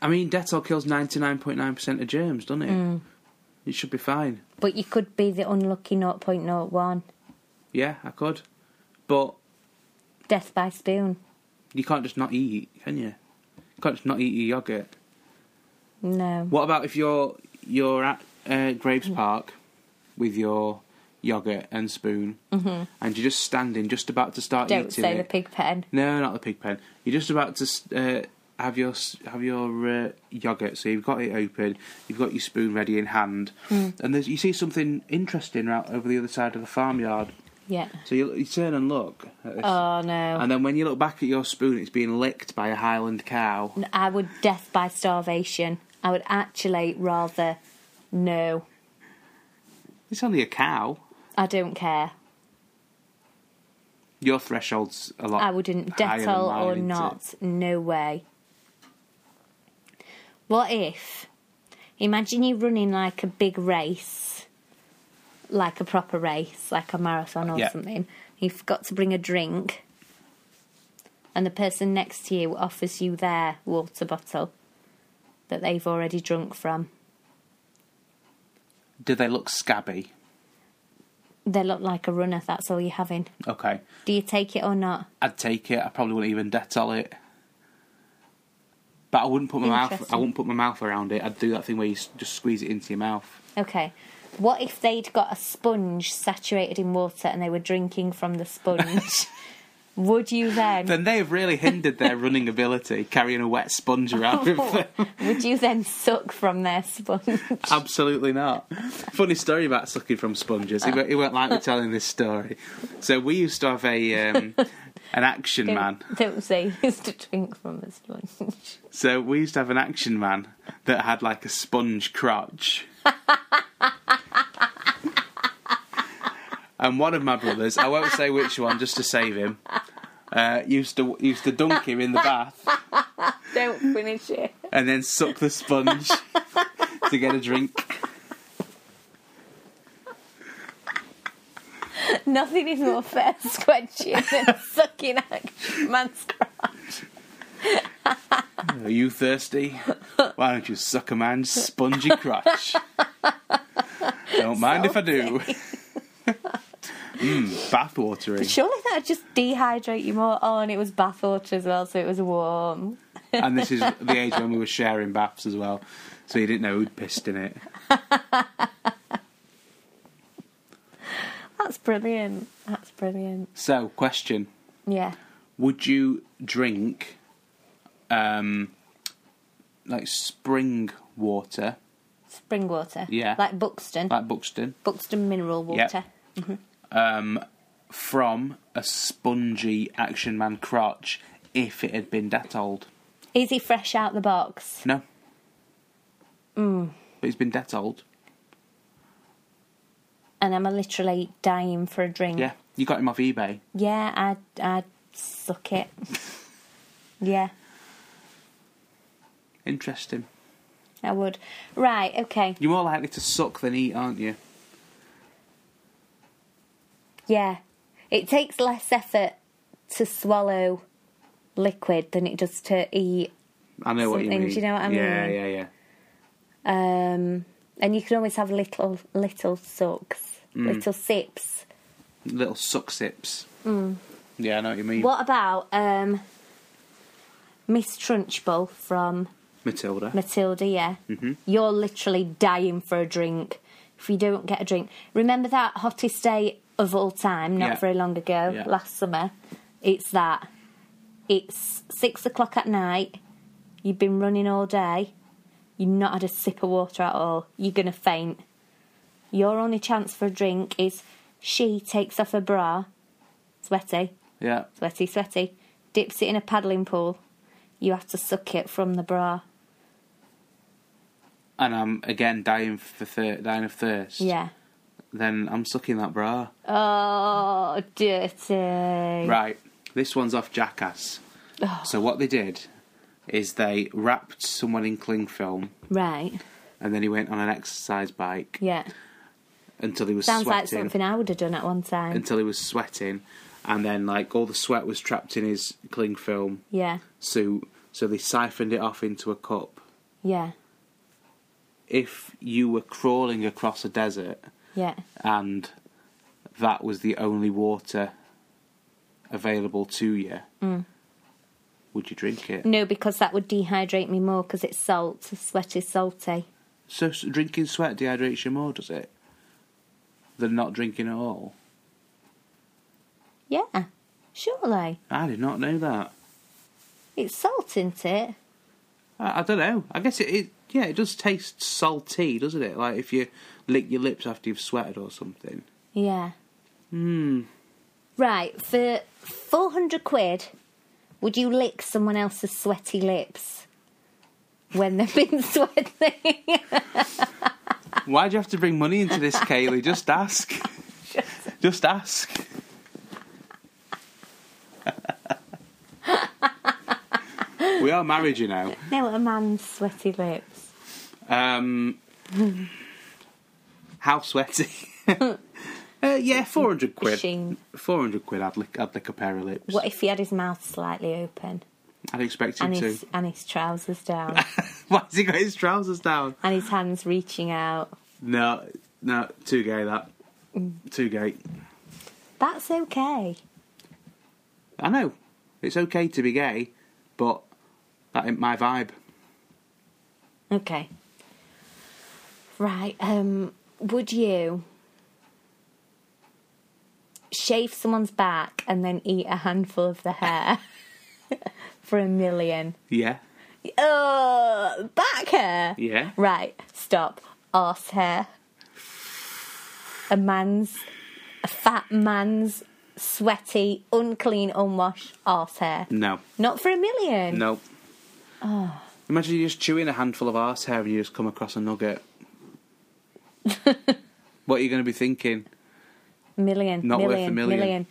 [SPEAKER 1] I mean, Dettol kills 99.9% of germs, doesn't it?
[SPEAKER 2] Mm.
[SPEAKER 1] It should be fine.
[SPEAKER 2] But you could be the unlucky 0.01.
[SPEAKER 1] Yeah, I could. But
[SPEAKER 2] Death by spoon.
[SPEAKER 1] you can't just not eat, can you? You can't just not eat your yoghurt.
[SPEAKER 2] No.
[SPEAKER 1] What about if you're you're at uh, Graves
[SPEAKER 2] Mm.
[SPEAKER 1] Park with your yogurt and spoon, and you're just standing, just about to start
[SPEAKER 2] Mm-hmm. Don't
[SPEAKER 1] eating
[SPEAKER 2] say
[SPEAKER 1] it?
[SPEAKER 2] the pig pen.
[SPEAKER 1] No, not the pig pen. You're just about to uh, have your s- have your uh, yogurt, so you've got it open, you've got your spoon ready in hand,
[SPEAKER 2] Hmm.
[SPEAKER 1] and there's, you see something interesting out over the other side of the farmyard.
[SPEAKER 2] Yeah.
[SPEAKER 1] So you, you turn and look, at this,
[SPEAKER 2] Oh no.
[SPEAKER 1] and then when you look back at your spoon, it's being licked by a Highland cow.
[SPEAKER 2] I would death by starvation. I would actually rather no.
[SPEAKER 1] It's only a cow.
[SPEAKER 2] I don't care.
[SPEAKER 1] Your threshold's a lot.
[SPEAKER 2] I wouldn't
[SPEAKER 1] higher than
[SPEAKER 2] Dettol
[SPEAKER 1] mine,
[SPEAKER 2] or
[SPEAKER 1] isn't it?
[SPEAKER 2] not. No way. What if? Imagine you're running like a big race, like a proper race, like a marathon or
[SPEAKER 1] Yeah.
[SPEAKER 2] something. You've got to bring a drink, and the person next to you offers you their water bottle that they've already drunk from.
[SPEAKER 1] Do they look scabby?
[SPEAKER 2] They look like a runner. That's all you're having.
[SPEAKER 1] Okay,
[SPEAKER 2] Do you take it or not?
[SPEAKER 1] I'd take it. I probably wouldn't even Dettol it. But I wouldn't put my mouth. I
[SPEAKER 2] Interesting.
[SPEAKER 1] wouldn't put my mouth around it. I'd do that thing where you s- just squeeze it into your mouth.
[SPEAKER 2] Okay. What if they'd got a sponge saturated in water and they were drinking from the sponge? Would you then,
[SPEAKER 1] Then they have really hindered their running ability, carrying a wet sponge around with them.
[SPEAKER 2] would you then suck from their sponge?
[SPEAKER 1] Absolutely not. Funny story about sucking from sponges. He won't, he won't like me telling this story. So we used to have a um, an action man.
[SPEAKER 2] Don't, don't say you used to drink from a sponge.
[SPEAKER 1] So we used to have an action man that had like a sponge crotch. and one of my brothers, I won't say which one, just to save him, uh, used to used to dunk him in the bath
[SPEAKER 2] Don't finish it.
[SPEAKER 1] and then suck the sponge to get a drink.
[SPEAKER 2] Nothing is more fair squedgy than sucking action man's crotch.
[SPEAKER 1] Are you thirsty? Why don't you suck a man's spongy crotch? Don't mind if I do. mm, bath watering.
[SPEAKER 2] Surely that would just dehydrate you more. Oh, and it was bath water as well, so it was warm.
[SPEAKER 1] and this is the age when we were sharing baths as well, so you didn't know who'd pissed in it.
[SPEAKER 2] That That's brilliant. That's brilliant.
[SPEAKER 1] So, question:
[SPEAKER 2] Yeah.
[SPEAKER 1] Would you drink, um, like spring water,
[SPEAKER 2] Spring water.
[SPEAKER 1] Yeah.
[SPEAKER 2] Like Buxton.
[SPEAKER 1] like Buxton,
[SPEAKER 2] Buxton mineral water.
[SPEAKER 1] um, from a spongy Action Man crotch if it had been Detoled?
[SPEAKER 2] Is he fresh out the box?
[SPEAKER 1] No. Mm.
[SPEAKER 2] Mm.
[SPEAKER 1] But he's been Detoled.
[SPEAKER 2] And I'm literally dying for a drink.
[SPEAKER 1] Yeah, you got him off eBay.
[SPEAKER 2] Yeah, I'd, I'd suck it. yeah,
[SPEAKER 1] Interesting.
[SPEAKER 2] I would. Right, okay.
[SPEAKER 1] You're more likely to suck than eat, aren't you?
[SPEAKER 2] Yeah. It takes less effort to swallow liquid than it does to eat.
[SPEAKER 1] I know what you
[SPEAKER 2] Something,
[SPEAKER 1] mean.
[SPEAKER 2] do you know what I
[SPEAKER 1] Yeah,
[SPEAKER 2] mean?
[SPEAKER 1] yeah, yeah.
[SPEAKER 2] Um, and you can always have little, little sucks, little sips.
[SPEAKER 1] Little suck sips. Mm. Yeah, I know what you mean.
[SPEAKER 2] What about um, Miss Trunchbull from
[SPEAKER 1] Matilda.
[SPEAKER 2] Matilda, yeah.
[SPEAKER 1] Mm-hmm.
[SPEAKER 2] You're literally dying for a drink if you don't get a drink. Remember that hottest day of all time, not
[SPEAKER 1] Yeah.
[SPEAKER 2] very long ago,
[SPEAKER 1] Yeah.
[SPEAKER 2] last summer? It's that. It's six o'clock at night. You've been running all day. You've not had a sip of water at all. You're going to faint. Your only chance for a drink is she takes off her bra, sweaty,
[SPEAKER 1] yeah.
[SPEAKER 2] sweaty, sweaty, dips it in a paddling pool. You have to suck it from the bra.
[SPEAKER 1] And I'm again dying for thir- dying of thirst.
[SPEAKER 2] Yeah.
[SPEAKER 1] Then I'm sucking that bra.
[SPEAKER 2] Oh, dirty.
[SPEAKER 1] Right. This one's off Jackass.
[SPEAKER 2] Oh.
[SPEAKER 1] So what they did is they wrapped someone in cling film,
[SPEAKER 2] Right.
[SPEAKER 1] and then he went on an exercise bike
[SPEAKER 2] Yeah.
[SPEAKER 1] until he was
[SPEAKER 2] Sounds
[SPEAKER 1] sweating.
[SPEAKER 2] like something I would have done at one time.
[SPEAKER 1] Until he was sweating, and then like all the sweat was trapped in his cling film
[SPEAKER 2] yeah.
[SPEAKER 1] suit. So they siphoned it off into a cup.
[SPEAKER 2] Yeah.
[SPEAKER 1] If you were crawling across a desert
[SPEAKER 2] Yeah.
[SPEAKER 1] and that was the only water available to you, would you drink it?
[SPEAKER 2] No, because that would dehydrate me more because it's salt. Sweat is salty.
[SPEAKER 1] So s- drinking sweat dehydrates you more, does it? Than not drinking at all.
[SPEAKER 2] Yeah. Surely.
[SPEAKER 1] I did not know that.
[SPEAKER 2] It's salt, isn't it?
[SPEAKER 1] I, I don't know. I guess it, it. Yeah, it does taste salty, doesn't it? Like if you lick your lips after you've sweated or something.
[SPEAKER 2] Yeah. Hmm. Right. For 400 quid, would you lick someone else's sweaty lips when they've been sweating?
[SPEAKER 1] Why do you have to bring money into this, Kaylee? Just ask. Just ask. we are married, you know.
[SPEAKER 2] no, a man's sweaty lips.
[SPEAKER 1] Um, how sweaty? uh, yeah, four hundred quid.
[SPEAKER 2] Machine.
[SPEAKER 1] Four hundred quid. I'd lick. I'd lick a pair of lips.
[SPEAKER 2] What if he had his mouth slightly open
[SPEAKER 1] I'd expect him
[SPEAKER 2] and
[SPEAKER 1] to.
[SPEAKER 2] his and his trousers down
[SPEAKER 1] Why's he got his trousers down?
[SPEAKER 2] and his hands reaching out?
[SPEAKER 1] No, no, too gay that.
[SPEAKER 2] Mm.
[SPEAKER 1] Too gay.
[SPEAKER 2] That's okay.
[SPEAKER 1] I know. It's okay to be gay, but that ain't my vibe.
[SPEAKER 2] Okay. Right. Um. Would you shave someone's back and then eat a handful of the hair for a million?
[SPEAKER 1] Yeah,
[SPEAKER 2] Oh, back hair.
[SPEAKER 1] yeah.
[SPEAKER 2] Right, stop. Arse hair. A man's, a fat man's sweaty, unclean, unwashed arse hair.
[SPEAKER 1] No,
[SPEAKER 2] Not for a million.
[SPEAKER 1] no.
[SPEAKER 2] Ah.
[SPEAKER 1] Imagine you just chewing a handful of arse hair and you just come across a nugget. what are you going to be thinking?
[SPEAKER 2] Million,
[SPEAKER 1] Not worth
[SPEAKER 2] million,
[SPEAKER 1] a million.
[SPEAKER 2] million.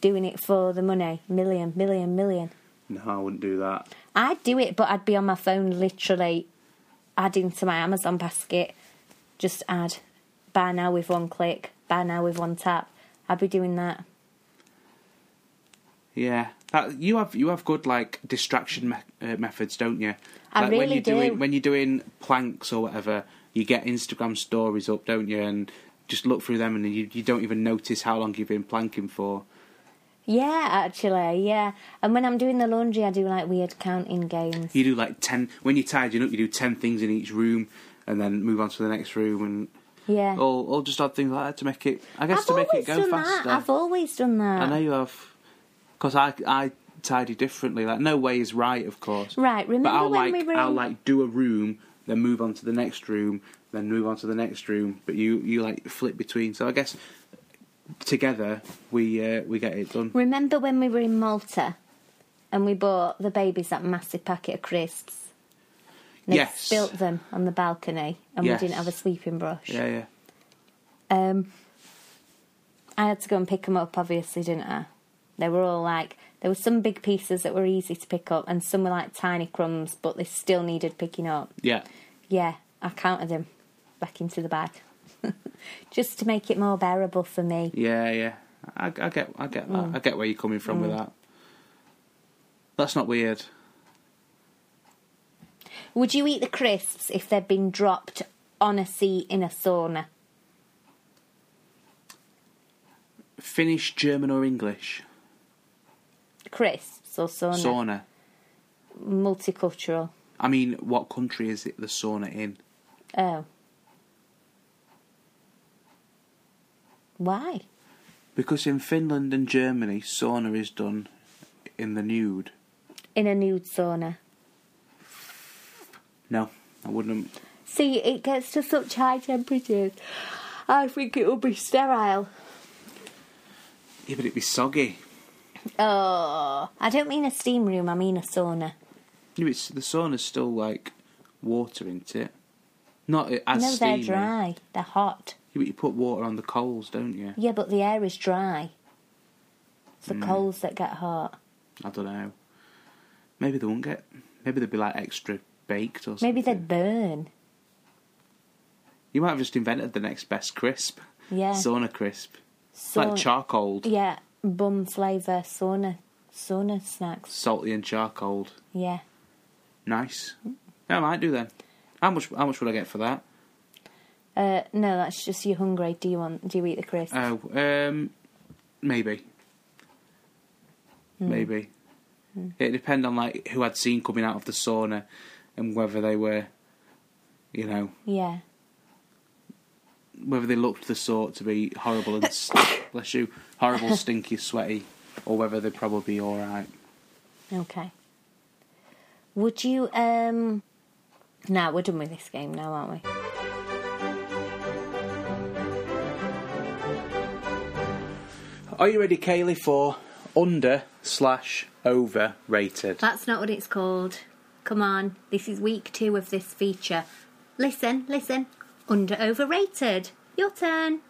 [SPEAKER 2] Doing it for the money. Million, million, million.
[SPEAKER 1] No, I wouldn't do that.
[SPEAKER 2] I'd do it, but I'd be on my phone literally adding to my Amazon basket. Just add. Buy now with one click. Buy now with one tap. I'd be doing that.
[SPEAKER 1] Yeah, that, you have you have good like distraction me- uh, methods, don't you?
[SPEAKER 2] I
[SPEAKER 1] like when
[SPEAKER 2] really
[SPEAKER 1] you're doing
[SPEAKER 2] do.
[SPEAKER 1] when you're doing planks or whatever, you get Instagram stories up, don't you? And just look through them, and you you don't even notice how long you've been planking for.
[SPEAKER 2] Yeah, actually, yeah. And when I'm doing the laundry, I do like weird counting games.
[SPEAKER 1] You do like ten when you're tired, you know you do ten things in each room, and then move on to the next room, and
[SPEAKER 2] Yeah.
[SPEAKER 1] all all just odd things like that to make it. I guess
[SPEAKER 2] I've
[SPEAKER 1] to make it
[SPEAKER 2] always
[SPEAKER 1] go
[SPEAKER 2] done
[SPEAKER 1] faster.
[SPEAKER 2] that. I've always done that.
[SPEAKER 1] I know you have, because I I tidy differently. Like no way is right, of course.
[SPEAKER 2] Right, remember
[SPEAKER 1] but I'll like
[SPEAKER 2] when we were
[SPEAKER 1] I'll
[SPEAKER 2] in-
[SPEAKER 1] like do a room, then move on to the next room, then move on to the next room. But you you like flip between. So I guess together we uh, we get it done.
[SPEAKER 2] Remember when we were in Malta and we bought the babies that massive packet of crisps? They
[SPEAKER 1] Yes.
[SPEAKER 2] spilt them on the balcony and
[SPEAKER 1] Yes.
[SPEAKER 2] we didn't have a sweeping brush.
[SPEAKER 1] Yeah, yeah.
[SPEAKER 2] Um, I had to go and pick them up, obviously, didn't I? They were all like, there were some big pieces that were easy to pick up and some were like tiny crumbs, but they still needed picking up.
[SPEAKER 1] Yeah.
[SPEAKER 2] Yeah, I counted them back into the bag just to make it more bearable for me.
[SPEAKER 1] Yeah, yeah. I, I get, I get that. I get where you're coming from with that. That's not weird.
[SPEAKER 2] Would you eat the crisps if they'd been dropped on a seat in a sauna?
[SPEAKER 1] Finnish, German, or English
[SPEAKER 2] Crisps or sauna?
[SPEAKER 1] sauna.
[SPEAKER 2] Multicultural.
[SPEAKER 1] I mean, what country is it the sauna in?
[SPEAKER 2] Oh. Why?
[SPEAKER 1] Because in Finland and Germany, sauna is done in the nude.
[SPEAKER 2] In a nude sauna.
[SPEAKER 1] No, I wouldn't.
[SPEAKER 2] See, it gets to such high temperatures. I think it will be sterile.
[SPEAKER 1] Yeah, but it'd be soggy.
[SPEAKER 2] Oh, I don't mean a steam room. I mean a sauna.
[SPEAKER 1] No, it's the sauna's still like water, isn't it? Not i- as
[SPEAKER 2] no,
[SPEAKER 1] steamy.
[SPEAKER 2] they're dry. They're hot.
[SPEAKER 1] Yeah, but you put water on the coals, don't you?
[SPEAKER 2] Yeah, but the air is dry. It's the coals that get hot.
[SPEAKER 1] I don't know. Maybe they won't get. Maybe they'd be like extra baked or something.
[SPEAKER 2] Maybe they'd burn.
[SPEAKER 1] You might have just invented the next best crisp.
[SPEAKER 2] Yeah.
[SPEAKER 1] Sauna crisp.
[SPEAKER 2] Sauna-
[SPEAKER 1] Like charcoal.
[SPEAKER 2] Yeah, bum flavour sauna sauna snacks.
[SPEAKER 1] Salty and charcoal.
[SPEAKER 2] Yeah.
[SPEAKER 1] Nice. Yeah, I might do then. How much how much would I get for that?
[SPEAKER 2] Uh, no, that's just you hungry. Do you want? Do you eat the crisps?
[SPEAKER 1] Oh, um maybe.
[SPEAKER 2] Hmm.
[SPEAKER 1] Maybe. It depend on like who I'd seen coming out of the sauna and whether they were you know,
[SPEAKER 2] yeah.
[SPEAKER 1] whether they looked the sort to be horrible and s bless you, horrible, stinky, sweaty, or whether they'd probably be alright.
[SPEAKER 2] Okay. Would you? um Nah, we're done with this game now, aren't we?
[SPEAKER 1] Are you ready, Kaylee, for under slash over rated?
[SPEAKER 2] That's not what it's called. Come on, this is week two of this feature. Listen, listen. Under overrated. Your turn.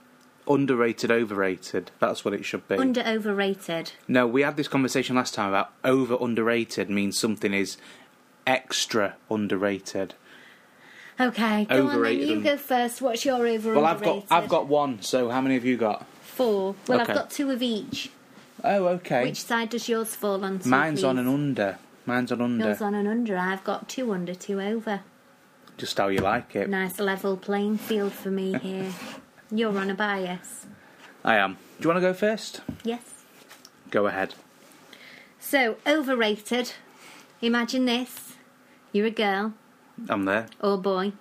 [SPEAKER 1] Underrated, overrated. That's what it should be.
[SPEAKER 2] Under overrated.
[SPEAKER 1] no, we had this conversation last time about over underrated means something is extra underrated.
[SPEAKER 2] Okay, go
[SPEAKER 1] Overrated
[SPEAKER 2] on then. You
[SPEAKER 1] and-
[SPEAKER 2] go first. What's your over?
[SPEAKER 1] Well, I've
[SPEAKER 2] underrated?
[SPEAKER 1] got I've got one. So how many have you got?
[SPEAKER 2] four. Well,
[SPEAKER 1] Okay.
[SPEAKER 2] I've got two of each.
[SPEAKER 1] Oh, okay.
[SPEAKER 2] Which side does yours fall onto?
[SPEAKER 1] Mine's on
[SPEAKER 2] please?
[SPEAKER 1] an under. Mine's on under.
[SPEAKER 2] Yours on an under. I've got two under, two over.
[SPEAKER 1] Just how you like it.
[SPEAKER 2] Nice level playing field for me here. You're on a bias.
[SPEAKER 1] I am. Do you want to go first?
[SPEAKER 2] Yes.
[SPEAKER 1] Go ahead.
[SPEAKER 2] So, overrated. Imagine this. You're a girl
[SPEAKER 1] I'm there.
[SPEAKER 2] or boy.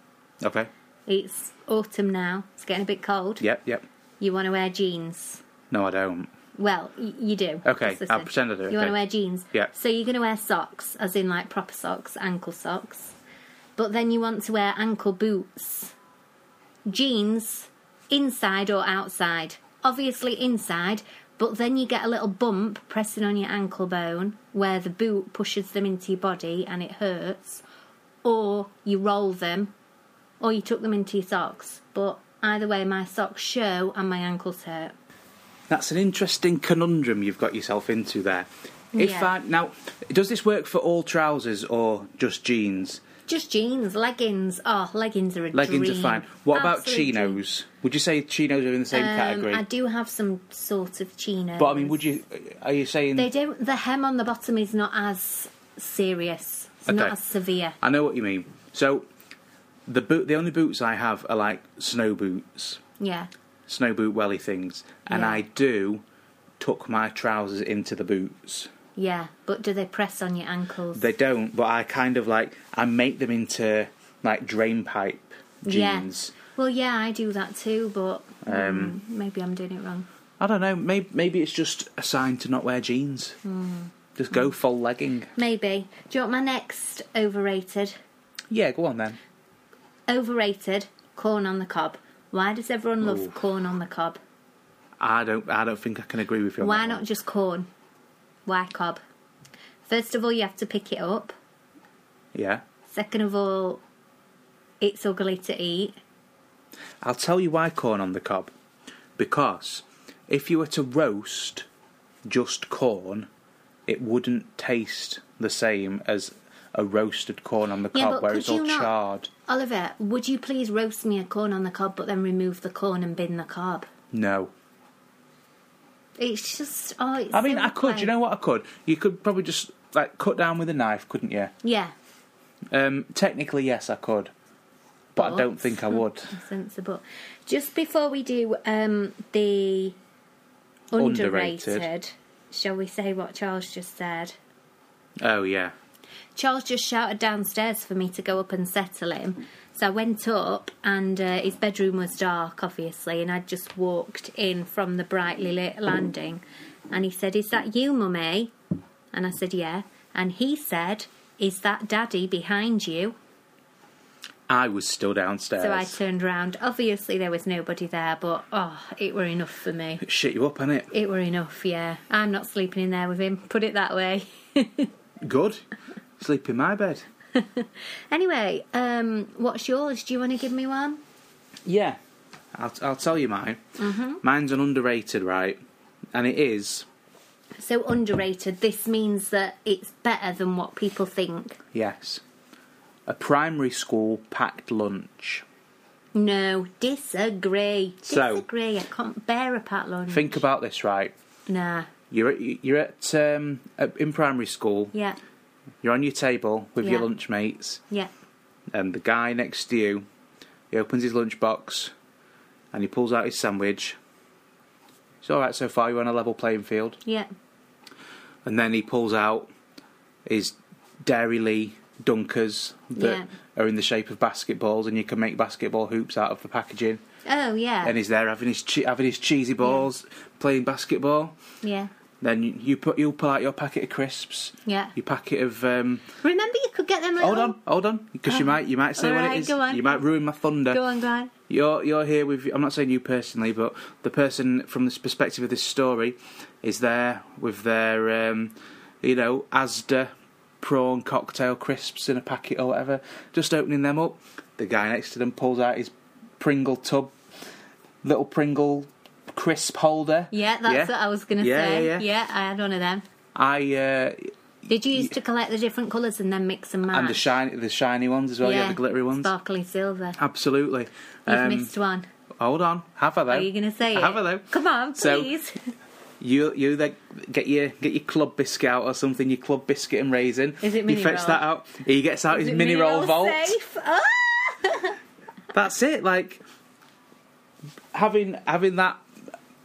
[SPEAKER 1] Okay.
[SPEAKER 2] It's autumn now. It's getting a bit cold.
[SPEAKER 1] Yep. Yep.
[SPEAKER 2] You want to wear jeans.
[SPEAKER 1] No, I don't.
[SPEAKER 2] Well, y- you do.
[SPEAKER 1] Okay,
[SPEAKER 2] Just
[SPEAKER 1] I'll
[SPEAKER 2] listen.
[SPEAKER 1] pretend I do,
[SPEAKER 2] You
[SPEAKER 1] okay.
[SPEAKER 2] want to wear jeans.
[SPEAKER 1] Yeah.
[SPEAKER 2] So you're going to wear socks, as in like proper socks, ankle socks. But then you want to wear ankle boots. Jeans, inside or outside? Obviously inside, but then you get a little bump pressing on your ankle bone where the boot pushes them into your body and it hurts. Or you roll them, or you tuck them into your socks. But either way, my socks show and my ankles hurt.
[SPEAKER 1] That's an interesting conundrum you've got yourself into there. If
[SPEAKER 2] Yeah.
[SPEAKER 1] I now, does this work for all trousers or just jeans?
[SPEAKER 2] Just jeans, leggings. Oh, leggings are a
[SPEAKER 1] Leggings
[SPEAKER 2] dream.
[SPEAKER 1] are fine. What about
[SPEAKER 2] Absolute dream.
[SPEAKER 1] chinos? Would you say chinos are in the same
[SPEAKER 2] Um,
[SPEAKER 1] category?
[SPEAKER 2] I do have some sort of chinos.
[SPEAKER 1] but I mean, would you? Are you saying?
[SPEAKER 2] They don't. The hem on the bottom is not as serious. It's not
[SPEAKER 1] Okay.
[SPEAKER 2] as severe.
[SPEAKER 1] I know what you mean. So, the boot, the only boots I have are like snow boots,
[SPEAKER 2] Yeah.
[SPEAKER 1] snow boot welly things, and
[SPEAKER 2] Yeah.
[SPEAKER 1] I do tuck my trousers into the boots.
[SPEAKER 2] Yeah, but do they press on your ankles?
[SPEAKER 1] They don't, but I kind of like I make them into like drain pipe
[SPEAKER 2] Yeah.
[SPEAKER 1] jeans.
[SPEAKER 2] Well, yeah, I do that too, but um, maybe I'm doing it wrong.
[SPEAKER 1] I don't know. Maybe maybe it's just a sign to not wear jeans.
[SPEAKER 2] Hmm.
[SPEAKER 1] Just go full legging.
[SPEAKER 2] Maybe. Do you want my next overrated?
[SPEAKER 1] Yeah, go on then.
[SPEAKER 2] Overrated corn on the cob. Why does everyone love
[SPEAKER 1] Ooh.
[SPEAKER 2] corn on the cob?
[SPEAKER 1] I don't. I don't think I can agree with you. on
[SPEAKER 2] Why
[SPEAKER 1] that
[SPEAKER 2] not
[SPEAKER 1] one.
[SPEAKER 2] just corn? Why cob? First of all, you have to pick it up.
[SPEAKER 1] Yeah.
[SPEAKER 2] Second of all, it's ugly to eat.
[SPEAKER 1] I'll tell you why corn on the cob. Because if you were to roast just corn, it wouldn't taste the same as a roasted corn on the
[SPEAKER 2] Yeah,
[SPEAKER 1] cob
[SPEAKER 2] but
[SPEAKER 1] where
[SPEAKER 2] could
[SPEAKER 1] it's all
[SPEAKER 2] you not-
[SPEAKER 1] charred.
[SPEAKER 2] Oliver, would you please roast me a corn on the cob but then remove the corn and bin the cob?
[SPEAKER 1] No.
[SPEAKER 2] It's just oh it's
[SPEAKER 1] I mean,
[SPEAKER 2] so
[SPEAKER 1] I could. You
[SPEAKER 2] plain.
[SPEAKER 1] know what I could? You could probably just like cut down with a knife, couldn't you?
[SPEAKER 2] Yeah.
[SPEAKER 1] Um, technically, yes, I could, but, I don't think I would.
[SPEAKER 2] Sensible. Just before we do um the underrated,
[SPEAKER 1] Underrated.
[SPEAKER 2] shall we say what Charles just said?
[SPEAKER 1] Oh yeah,
[SPEAKER 2] Charles just shouted downstairs for me to go up and settle him. So I went up, and uh, his bedroom was dark, obviously, and I just walked in from the brightly lit landing. And he said, Is that you, mummy? And I said, Yeah. And he said, Is that daddy behind you?
[SPEAKER 1] I was still downstairs.
[SPEAKER 2] So I turned round. Obviously, there was nobody there, but oh, it were enough for me.
[SPEAKER 1] It Shit you up, innit?
[SPEAKER 2] It were enough, yeah. I'm not sleeping in there with him, put it that way.
[SPEAKER 1] Good. Sleep in my bed.
[SPEAKER 2] Anyway, um, what's yours? Do you want to give me one?
[SPEAKER 1] Yeah, I'll, I'll tell you mine.
[SPEAKER 2] Mm-hmm.
[SPEAKER 1] Mine's an underrated, right? And it is,
[SPEAKER 2] So underrated. This means that it's better than what people think.
[SPEAKER 1] yes, a primary school packed lunch.
[SPEAKER 2] No, disagree.
[SPEAKER 1] So-
[SPEAKER 2] Disagree. I can't bear a pat lunch.
[SPEAKER 1] Think about this, right?
[SPEAKER 2] nah.
[SPEAKER 1] You're at, you're at, um, at in primary school.
[SPEAKER 2] Yeah.
[SPEAKER 1] You're on your table with
[SPEAKER 2] Yeah.
[SPEAKER 1] your lunch mates,
[SPEAKER 2] Yeah.
[SPEAKER 1] and the guy next to you, he opens his lunchbox, and he pulls out his sandwich. It's all right so far. You're on a level playing field.
[SPEAKER 2] Yeah.
[SPEAKER 1] and then he pulls out his Dairy Lee dunkers that
[SPEAKER 2] Yeah.
[SPEAKER 1] are in the shape of basketballs, and you can make basketball hoops out of the packaging.
[SPEAKER 2] Oh yeah.
[SPEAKER 1] And he's there having his che- having his cheesy balls, playing basketball.
[SPEAKER 2] yeah.
[SPEAKER 1] Then you, you put you'll pull out your packet of crisps,
[SPEAKER 2] Yeah.
[SPEAKER 1] your packet of um,
[SPEAKER 2] Remember, you could get them. Little...
[SPEAKER 1] hold on, hold on, because you might you might say what
[SPEAKER 2] uh, Alright,
[SPEAKER 1] it is.
[SPEAKER 2] go on.
[SPEAKER 1] You might ruin my thunder.
[SPEAKER 2] Go on, go on.
[SPEAKER 1] You're you're here with. I'm not saying you personally, but the person from this perspective of this story is there with their, um, you know, ASDA prawn cocktail crisps in a packet or whatever. Just opening them up. The guy next to them pulls out his Pringle tub, little Pringle crisp holder.
[SPEAKER 2] Yeah, that's what I was gonna
[SPEAKER 1] Yeah,
[SPEAKER 2] say.
[SPEAKER 1] yeah, yeah.
[SPEAKER 2] I had one of them.
[SPEAKER 1] I uh,
[SPEAKER 2] Did you used to collect the different colours and then mix and match?
[SPEAKER 1] and the shiny the shiny ones as well. Yeah, the glittery ones.
[SPEAKER 2] Sparkly silver.
[SPEAKER 1] Absolutely.
[SPEAKER 2] You've
[SPEAKER 1] Um,
[SPEAKER 2] missed one.
[SPEAKER 1] Hold on. Have I though?
[SPEAKER 2] Are you going to say it?
[SPEAKER 1] Have I though?
[SPEAKER 2] Come on,
[SPEAKER 1] So-
[SPEAKER 2] please.
[SPEAKER 1] You you then get your get your club biscuit out or something, your club biscuit and raisin.
[SPEAKER 2] Is it
[SPEAKER 1] You
[SPEAKER 2] mini
[SPEAKER 1] fetch
[SPEAKER 2] roll?
[SPEAKER 1] that out. He gets out
[SPEAKER 2] Is
[SPEAKER 1] his
[SPEAKER 2] it
[SPEAKER 1] mini roll
[SPEAKER 2] mineral
[SPEAKER 1] vault.
[SPEAKER 2] safe? Ah!
[SPEAKER 1] That's it. Like having having that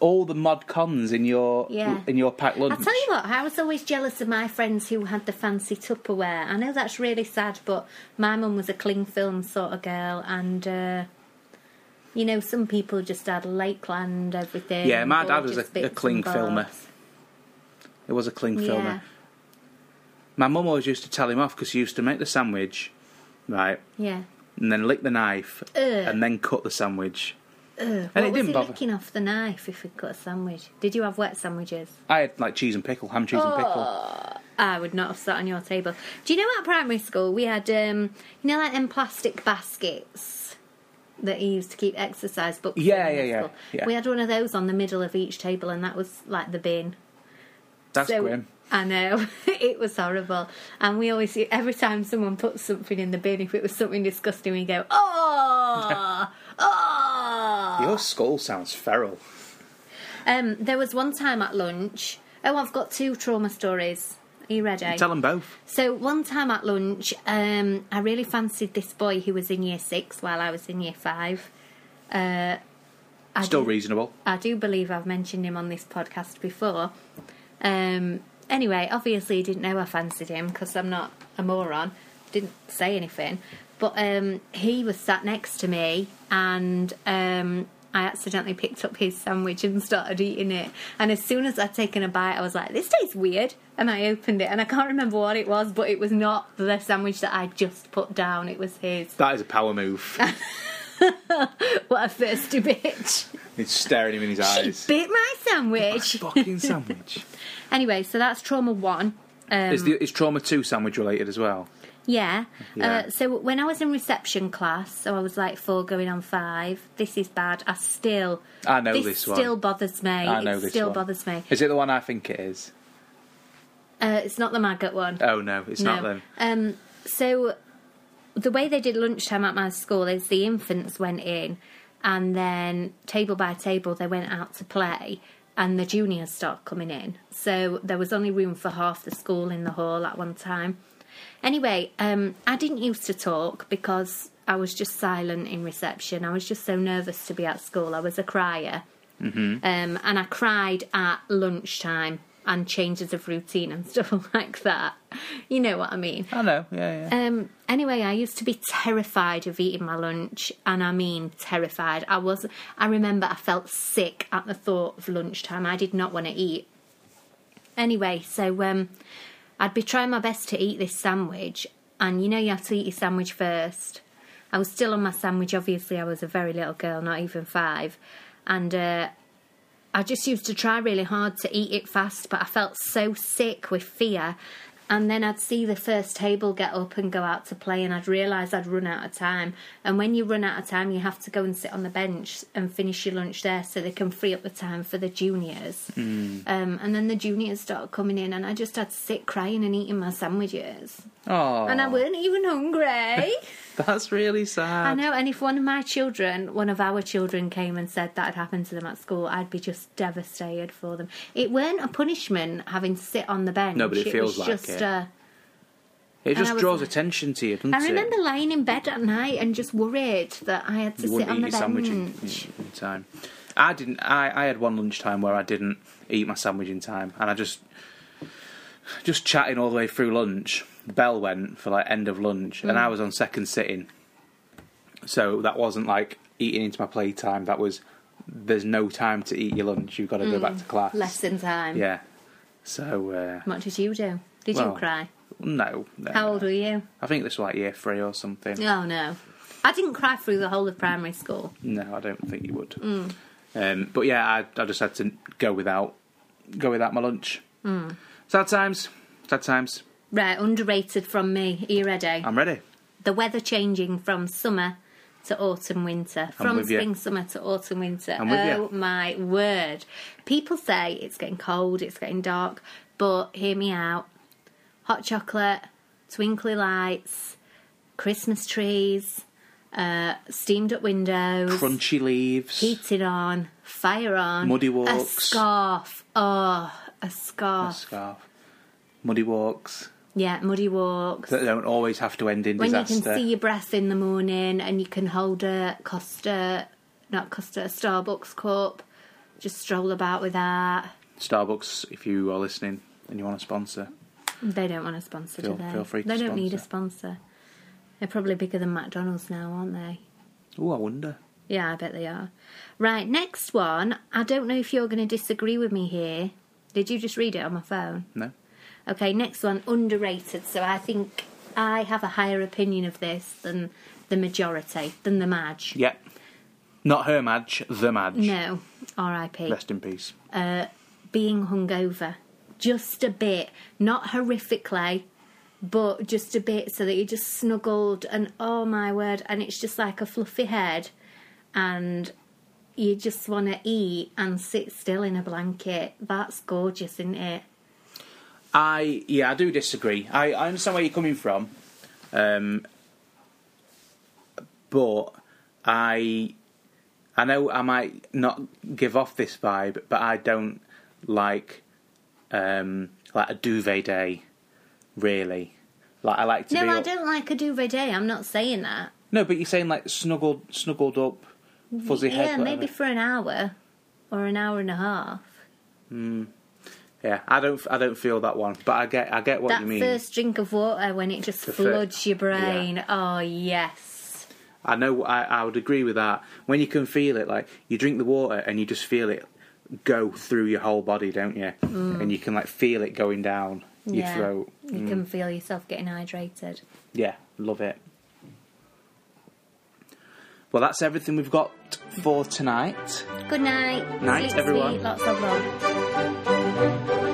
[SPEAKER 1] all the mod cons in your
[SPEAKER 2] Yeah.
[SPEAKER 1] in your packed lunch.
[SPEAKER 2] I'll tell you what, I was always jealous of my friends who had the fancy Tupperware. I know that's really sad, but my mum was a cling film sort of girl, and uh, you know, some people just had Lakeland, everything.
[SPEAKER 1] Yeah, my dad was
[SPEAKER 2] gorgeous
[SPEAKER 1] a, a
[SPEAKER 2] bits
[SPEAKER 1] cling
[SPEAKER 2] and
[SPEAKER 1] filmer.
[SPEAKER 2] bobs.
[SPEAKER 1] It was a cling
[SPEAKER 2] Yeah,
[SPEAKER 1] filmer. My mum always used to tell him off because he used to make the sandwich, right,
[SPEAKER 2] yeah.
[SPEAKER 1] and then lick the knife
[SPEAKER 2] Ugh.
[SPEAKER 1] and then cut the sandwich.
[SPEAKER 2] Ugh,
[SPEAKER 1] And
[SPEAKER 2] what
[SPEAKER 1] it didn't
[SPEAKER 2] was
[SPEAKER 1] bother-
[SPEAKER 2] licking off the knife if we cut a sandwich? Did you have wet sandwiches?
[SPEAKER 1] I had like cheese and pickle, ham cheese and pickle.
[SPEAKER 2] Oh, I would not have sat on your table. Do you know at primary school we had, um, you know, like them plastic baskets that you used to keep exercise books. in
[SPEAKER 1] Yeah,
[SPEAKER 2] at
[SPEAKER 1] yeah, yeah,
[SPEAKER 2] school?
[SPEAKER 1] yeah.
[SPEAKER 2] We had one of those on the middle of each table, and that was like the bin.
[SPEAKER 1] That's
[SPEAKER 2] So-
[SPEAKER 1] grim.
[SPEAKER 2] I know it was horrible, and we always every time someone put something in the bin, if it was something disgusting, we go oh, oh.
[SPEAKER 1] Your skull sounds feral.
[SPEAKER 2] Um, there was one time at lunch. Oh, I've got two trauma stories. Are you ready?
[SPEAKER 1] Tell them both.
[SPEAKER 2] So one time at lunch, um, I really fancied this boy who was in year six while I was in year five. Uh, I
[SPEAKER 1] Still
[SPEAKER 2] do-
[SPEAKER 1] reasonable.
[SPEAKER 2] I do believe I've mentioned him on this podcast before. Um, anyway, obviously, he didn't know I fancied him because I'm not a moron. Didn't say anything. But um, he was sat next to me, and um, I accidentally picked up his sandwich and started eating it. And as soon as I'd taken a bite, I was like, "This tastes weird," and I opened it, and I can't remember what it was, but it was not the sandwich that I just put down. It was his.
[SPEAKER 1] That is a power move.
[SPEAKER 2] What a thirsty bitch!
[SPEAKER 1] it's staring him in his
[SPEAKER 2] She
[SPEAKER 1] eyes.
[SPEAKER 2] bit my sandwich.
[SPEAKER 1] Fucking sandwich.
[SPEAKER 2] Anyway, so that's trauma one. Um,
[SPEAKER 1] is, the, is trauma two sandwich related as well?
[SPEAKER 2] Yeah.
[SPEAKER 1] Yeah.
[SPEAKER 2] Uh, so when I was in reception class, so I was like four going on five. This is bad. I still.
[SPEAKER 1] I know this one.
[SPEAKER 2] still bothers me.
[SPEAKER 1] I know
[SPEAKER 2] it
[SPEAKER 1] this
[SPEAKER 2] still
[SPEAKER 1] one.
[SPEAKER 2] bothers me.
[SPEAKER 1] Is it the one I think it is?
[SPEAKER 2] Uh, it's not the maggot one.
[SPEAKER 1] Oh no, it's not then.
[SPEAKER 2] Um, so the way they did lunchtime at my school is the infants went in, and then table by table they went out to play, and the juniors started coming in. So there was only room for half the school in the hall at one time. Anyway, um, I didn't used to talk because I was just silent in reception. I was just so nervous to be at school. I was a crier. Um, and I cried at lunchtime and changes of routine and stuff like that. You know what I mean?
[SPEAKER 1] I know. Yeah, yeah.
[SPEAKER 2] Um, anyway, I used to be terrified of eating my lunch, and I mean terrified. I was. I remember I felt sick at the thought of lunchtime. I did not want to eat. Anyway, so um, I'd be trying my best to eat this sandwich, and you know you have to eat your sandwich first. I was still on my sandwich. Obviously, I was a very little girl, not even five, and uh, I just used to try really hard to eat it fast, but I felt so sick with fear. And then I'd see the first table get up and go out to play, and I'd realise I'd run out of time. And when you run out of time, you have to go and sit on the bench and finish your lunch there so they can free up the time for the juniors. Um, and then the juniors started coming in, and I just had to sit crying and eating my sandwiches.
[SPEAKER 1] Oh,
[SPEAKER 2] uh, And I weren't even hungry.
[SPEAKER 1] that's really
[SPEAKER 2] I
[SPEAKER 1] sad.
[SPEAKER 2] know, and if one of my children, one of our children, came and said that had happened to them at school, I'd be just devastated for them. It weren't a punishment having to sit on the bench.
[SPEAKER 1] No, but it feels
[SPEAKER 2] was
[SPEAKER 1] like
[SPEAKER 2] just
[SPEAKER 1] it.
[SPEAKER 2] a-
[SPEAKER 1] It
[SPEAKER 2] I
[SPEAKER 1] just
[SPEAKER 2] was
[SPEAKER 1] draws
[SPEAKER 2] like-
[SPEAKER 1] attention to you, doesn't
[SPEAKER 2] I
[SPEAKER 1] it?
[SPEAKER 2] remember lying in bed at night and just worried that I had to
[SPEAKER 1] you
[SPEAKER 2] sit
[SPEAKER 1] wouldn't
[SPEAKER 2] on
[SPEAKER 1] eat
[SPEAKER 2] the
[SPEAKER 1] your sandwich in,
[SPEAKER 2] bench.
[SPEAKER 1] in- in time. I didn't. I, I had one lunchtime where I didn't eat my sandwich in time, and I just just chatting all the way through lunch. The bell went for like end of lunch, and
[SPEAKER 2] Mm.
[SPEAKER 1] I was on second sitting, so that wasn't like eating into my playtime. That was there's no time to eat your lunch. You've got to go back to class.
[SPEAKER 2] Lesson Mm. time.
[SPEAKER 1] Yeah. So uh,
[SPEAKER 2] What did you do? Did
[SPEAKER 1] Well, uh,
[SPEAKER 2] you cry?
[SPEAKER 1] no, no.
[SPEAKER 2] How old were you?
[SPEAKER 1] I think this was like year three or something.
[SPEAKER 2] Oh no, I didn't cry through the whole of primary school.
[SPEAKER 1] No, I don't think you would.
[SPEAKER 2] Mm.
[SPEAKER 1] Um, but yeah, I, I just had to go without go without my lunch.
[SPEAKER 2] Mm.
[SPEAKER 1] Sad times, sad times.
[SPEAKER 2] Right, underrated from me. Are you ready?
[SPEAKER 1] I'm ready.
[SPEAKER 2] the weather changing from summer to autumn winter
[SPEAKER 1] I'm
[SPEAKER 2] from
[SPEAKER 1] with you.
[SPEAKER 2] spring summer to autumn winter
[SPEAKER 1] I'm with
[SPEAKER 2] oh
[SPEAKER 1] you.
[SPEAKER 2] my word people say it's getting cold it's getting dark but hear me out hot chocolate twinkly lights christmas trees uh, steamed up windows
[SPEAKER 1] Crunchy leaves.
[SPEAKER 2] heating on fire on
[SPEAKER 1] Muddy
[SPEAKER 2] a
[SPEAKER 1] walks.
[SPEAKER 2] scarf oh a scarf
[SPEAKER 1] Scarf. Muddy walks
[SPEAKER 2] yeah muddy walks
[SPEAKER 1] that don't always have to end in
[SPEAKER 2] when
[SPEAKER 1] disaster.
[SPEAKER 2] you can see your breath in the morning and you can hold a Costa, not Costa, a Starbucks cup, just stroll about with that.
[SPEAKER 1] Starbucks, if you are listening and you want to sponsor,
[SPEAKER 2] They don't want a sponsor,
[SPEAKER 1] Feel-
[SPEAKER 2] do they?
[SPEAKER 1] feel free to
[SPEAKER 2] they don't need a sponsor. They're probably bigger than McDonald's now, aren't they?
[SPEAKER 1] oh, I wonder.
[SPEAKER 2] Yeah, I bet they are. Right, next one. I don't know if you're going to disagree with me here. Did you just read it on my phone?
[SPEAKER 1] No,
[SPEAKER 2] Okay, next one, underrated. So I think I have a higher opinion of this than the majority, than the Madge.
[SPEAKER 1] yeah, not her Madge, the Madge.
[SPEAKER 2] No, R.I.P.
[SPEAKER 1] Rest in peace.
[SPEAKER 2] being hungover just a bit, not horrifically, but just a bit, so that you're just snuggled and oh my word, and it's just like a fluffy head, and you just want to eat and sit still in a blanket. That's gorgeous, isn't it?
[SPEAKER 1] I yeah, I do disagree. I, I understand where you're coming from, um, but I I know I might not give off this vibe, but I don't like um, like a duvet day, really. Like I like to
[SPEAKER 2] No,
[SPEAKER 1] be
[SPEAKER 2] I
[SPEAKER 1] up-
[SPEAKER 2] don't like a duvet day. I'm not saying that.
[SPEAKER 1] no, but you're saying like snuggled snuggled up, fuzzy
[SPEAKER 2] yeah,
[SPEAKER 1] head.
[SPEAKER 2] maybe
[SPEAKER 1] whatever.
[SPEAKER 2] for an hour or an hour and a half.
[SPEAKER 1] Yeah, I don't, I don't feel that one, but I get, I get what
[SPEAKER 2] that
[SPEAKER 1] you mean.
[SPEAKER 2] first drink of water when it just
[SPEAKER 1] The fir-
[SPEAKER 2] floods your brain. Oh yes.
[SPEAKER 1] I know, I, I would agree with that. When you can feel it, like you drink the water and you just feel it go through your whole body, don't you? And you can like feel it going down your
[SPEAKER 2] yeah.
[SPEAKER 1] throat. Mm.
[SPEAKER 2] You can feel yourself getting hydrated.
[SPEAKER 1] Yeah, love it. Well, that's everything we've got for tonight.
[SPEAKER 2] Good night.
[SPEAKER 1] Night,
[SPEAKER 2] Sleep
[SPEAKER 1] everyone.
[SPEAKER 2] Sweet. Lots of love.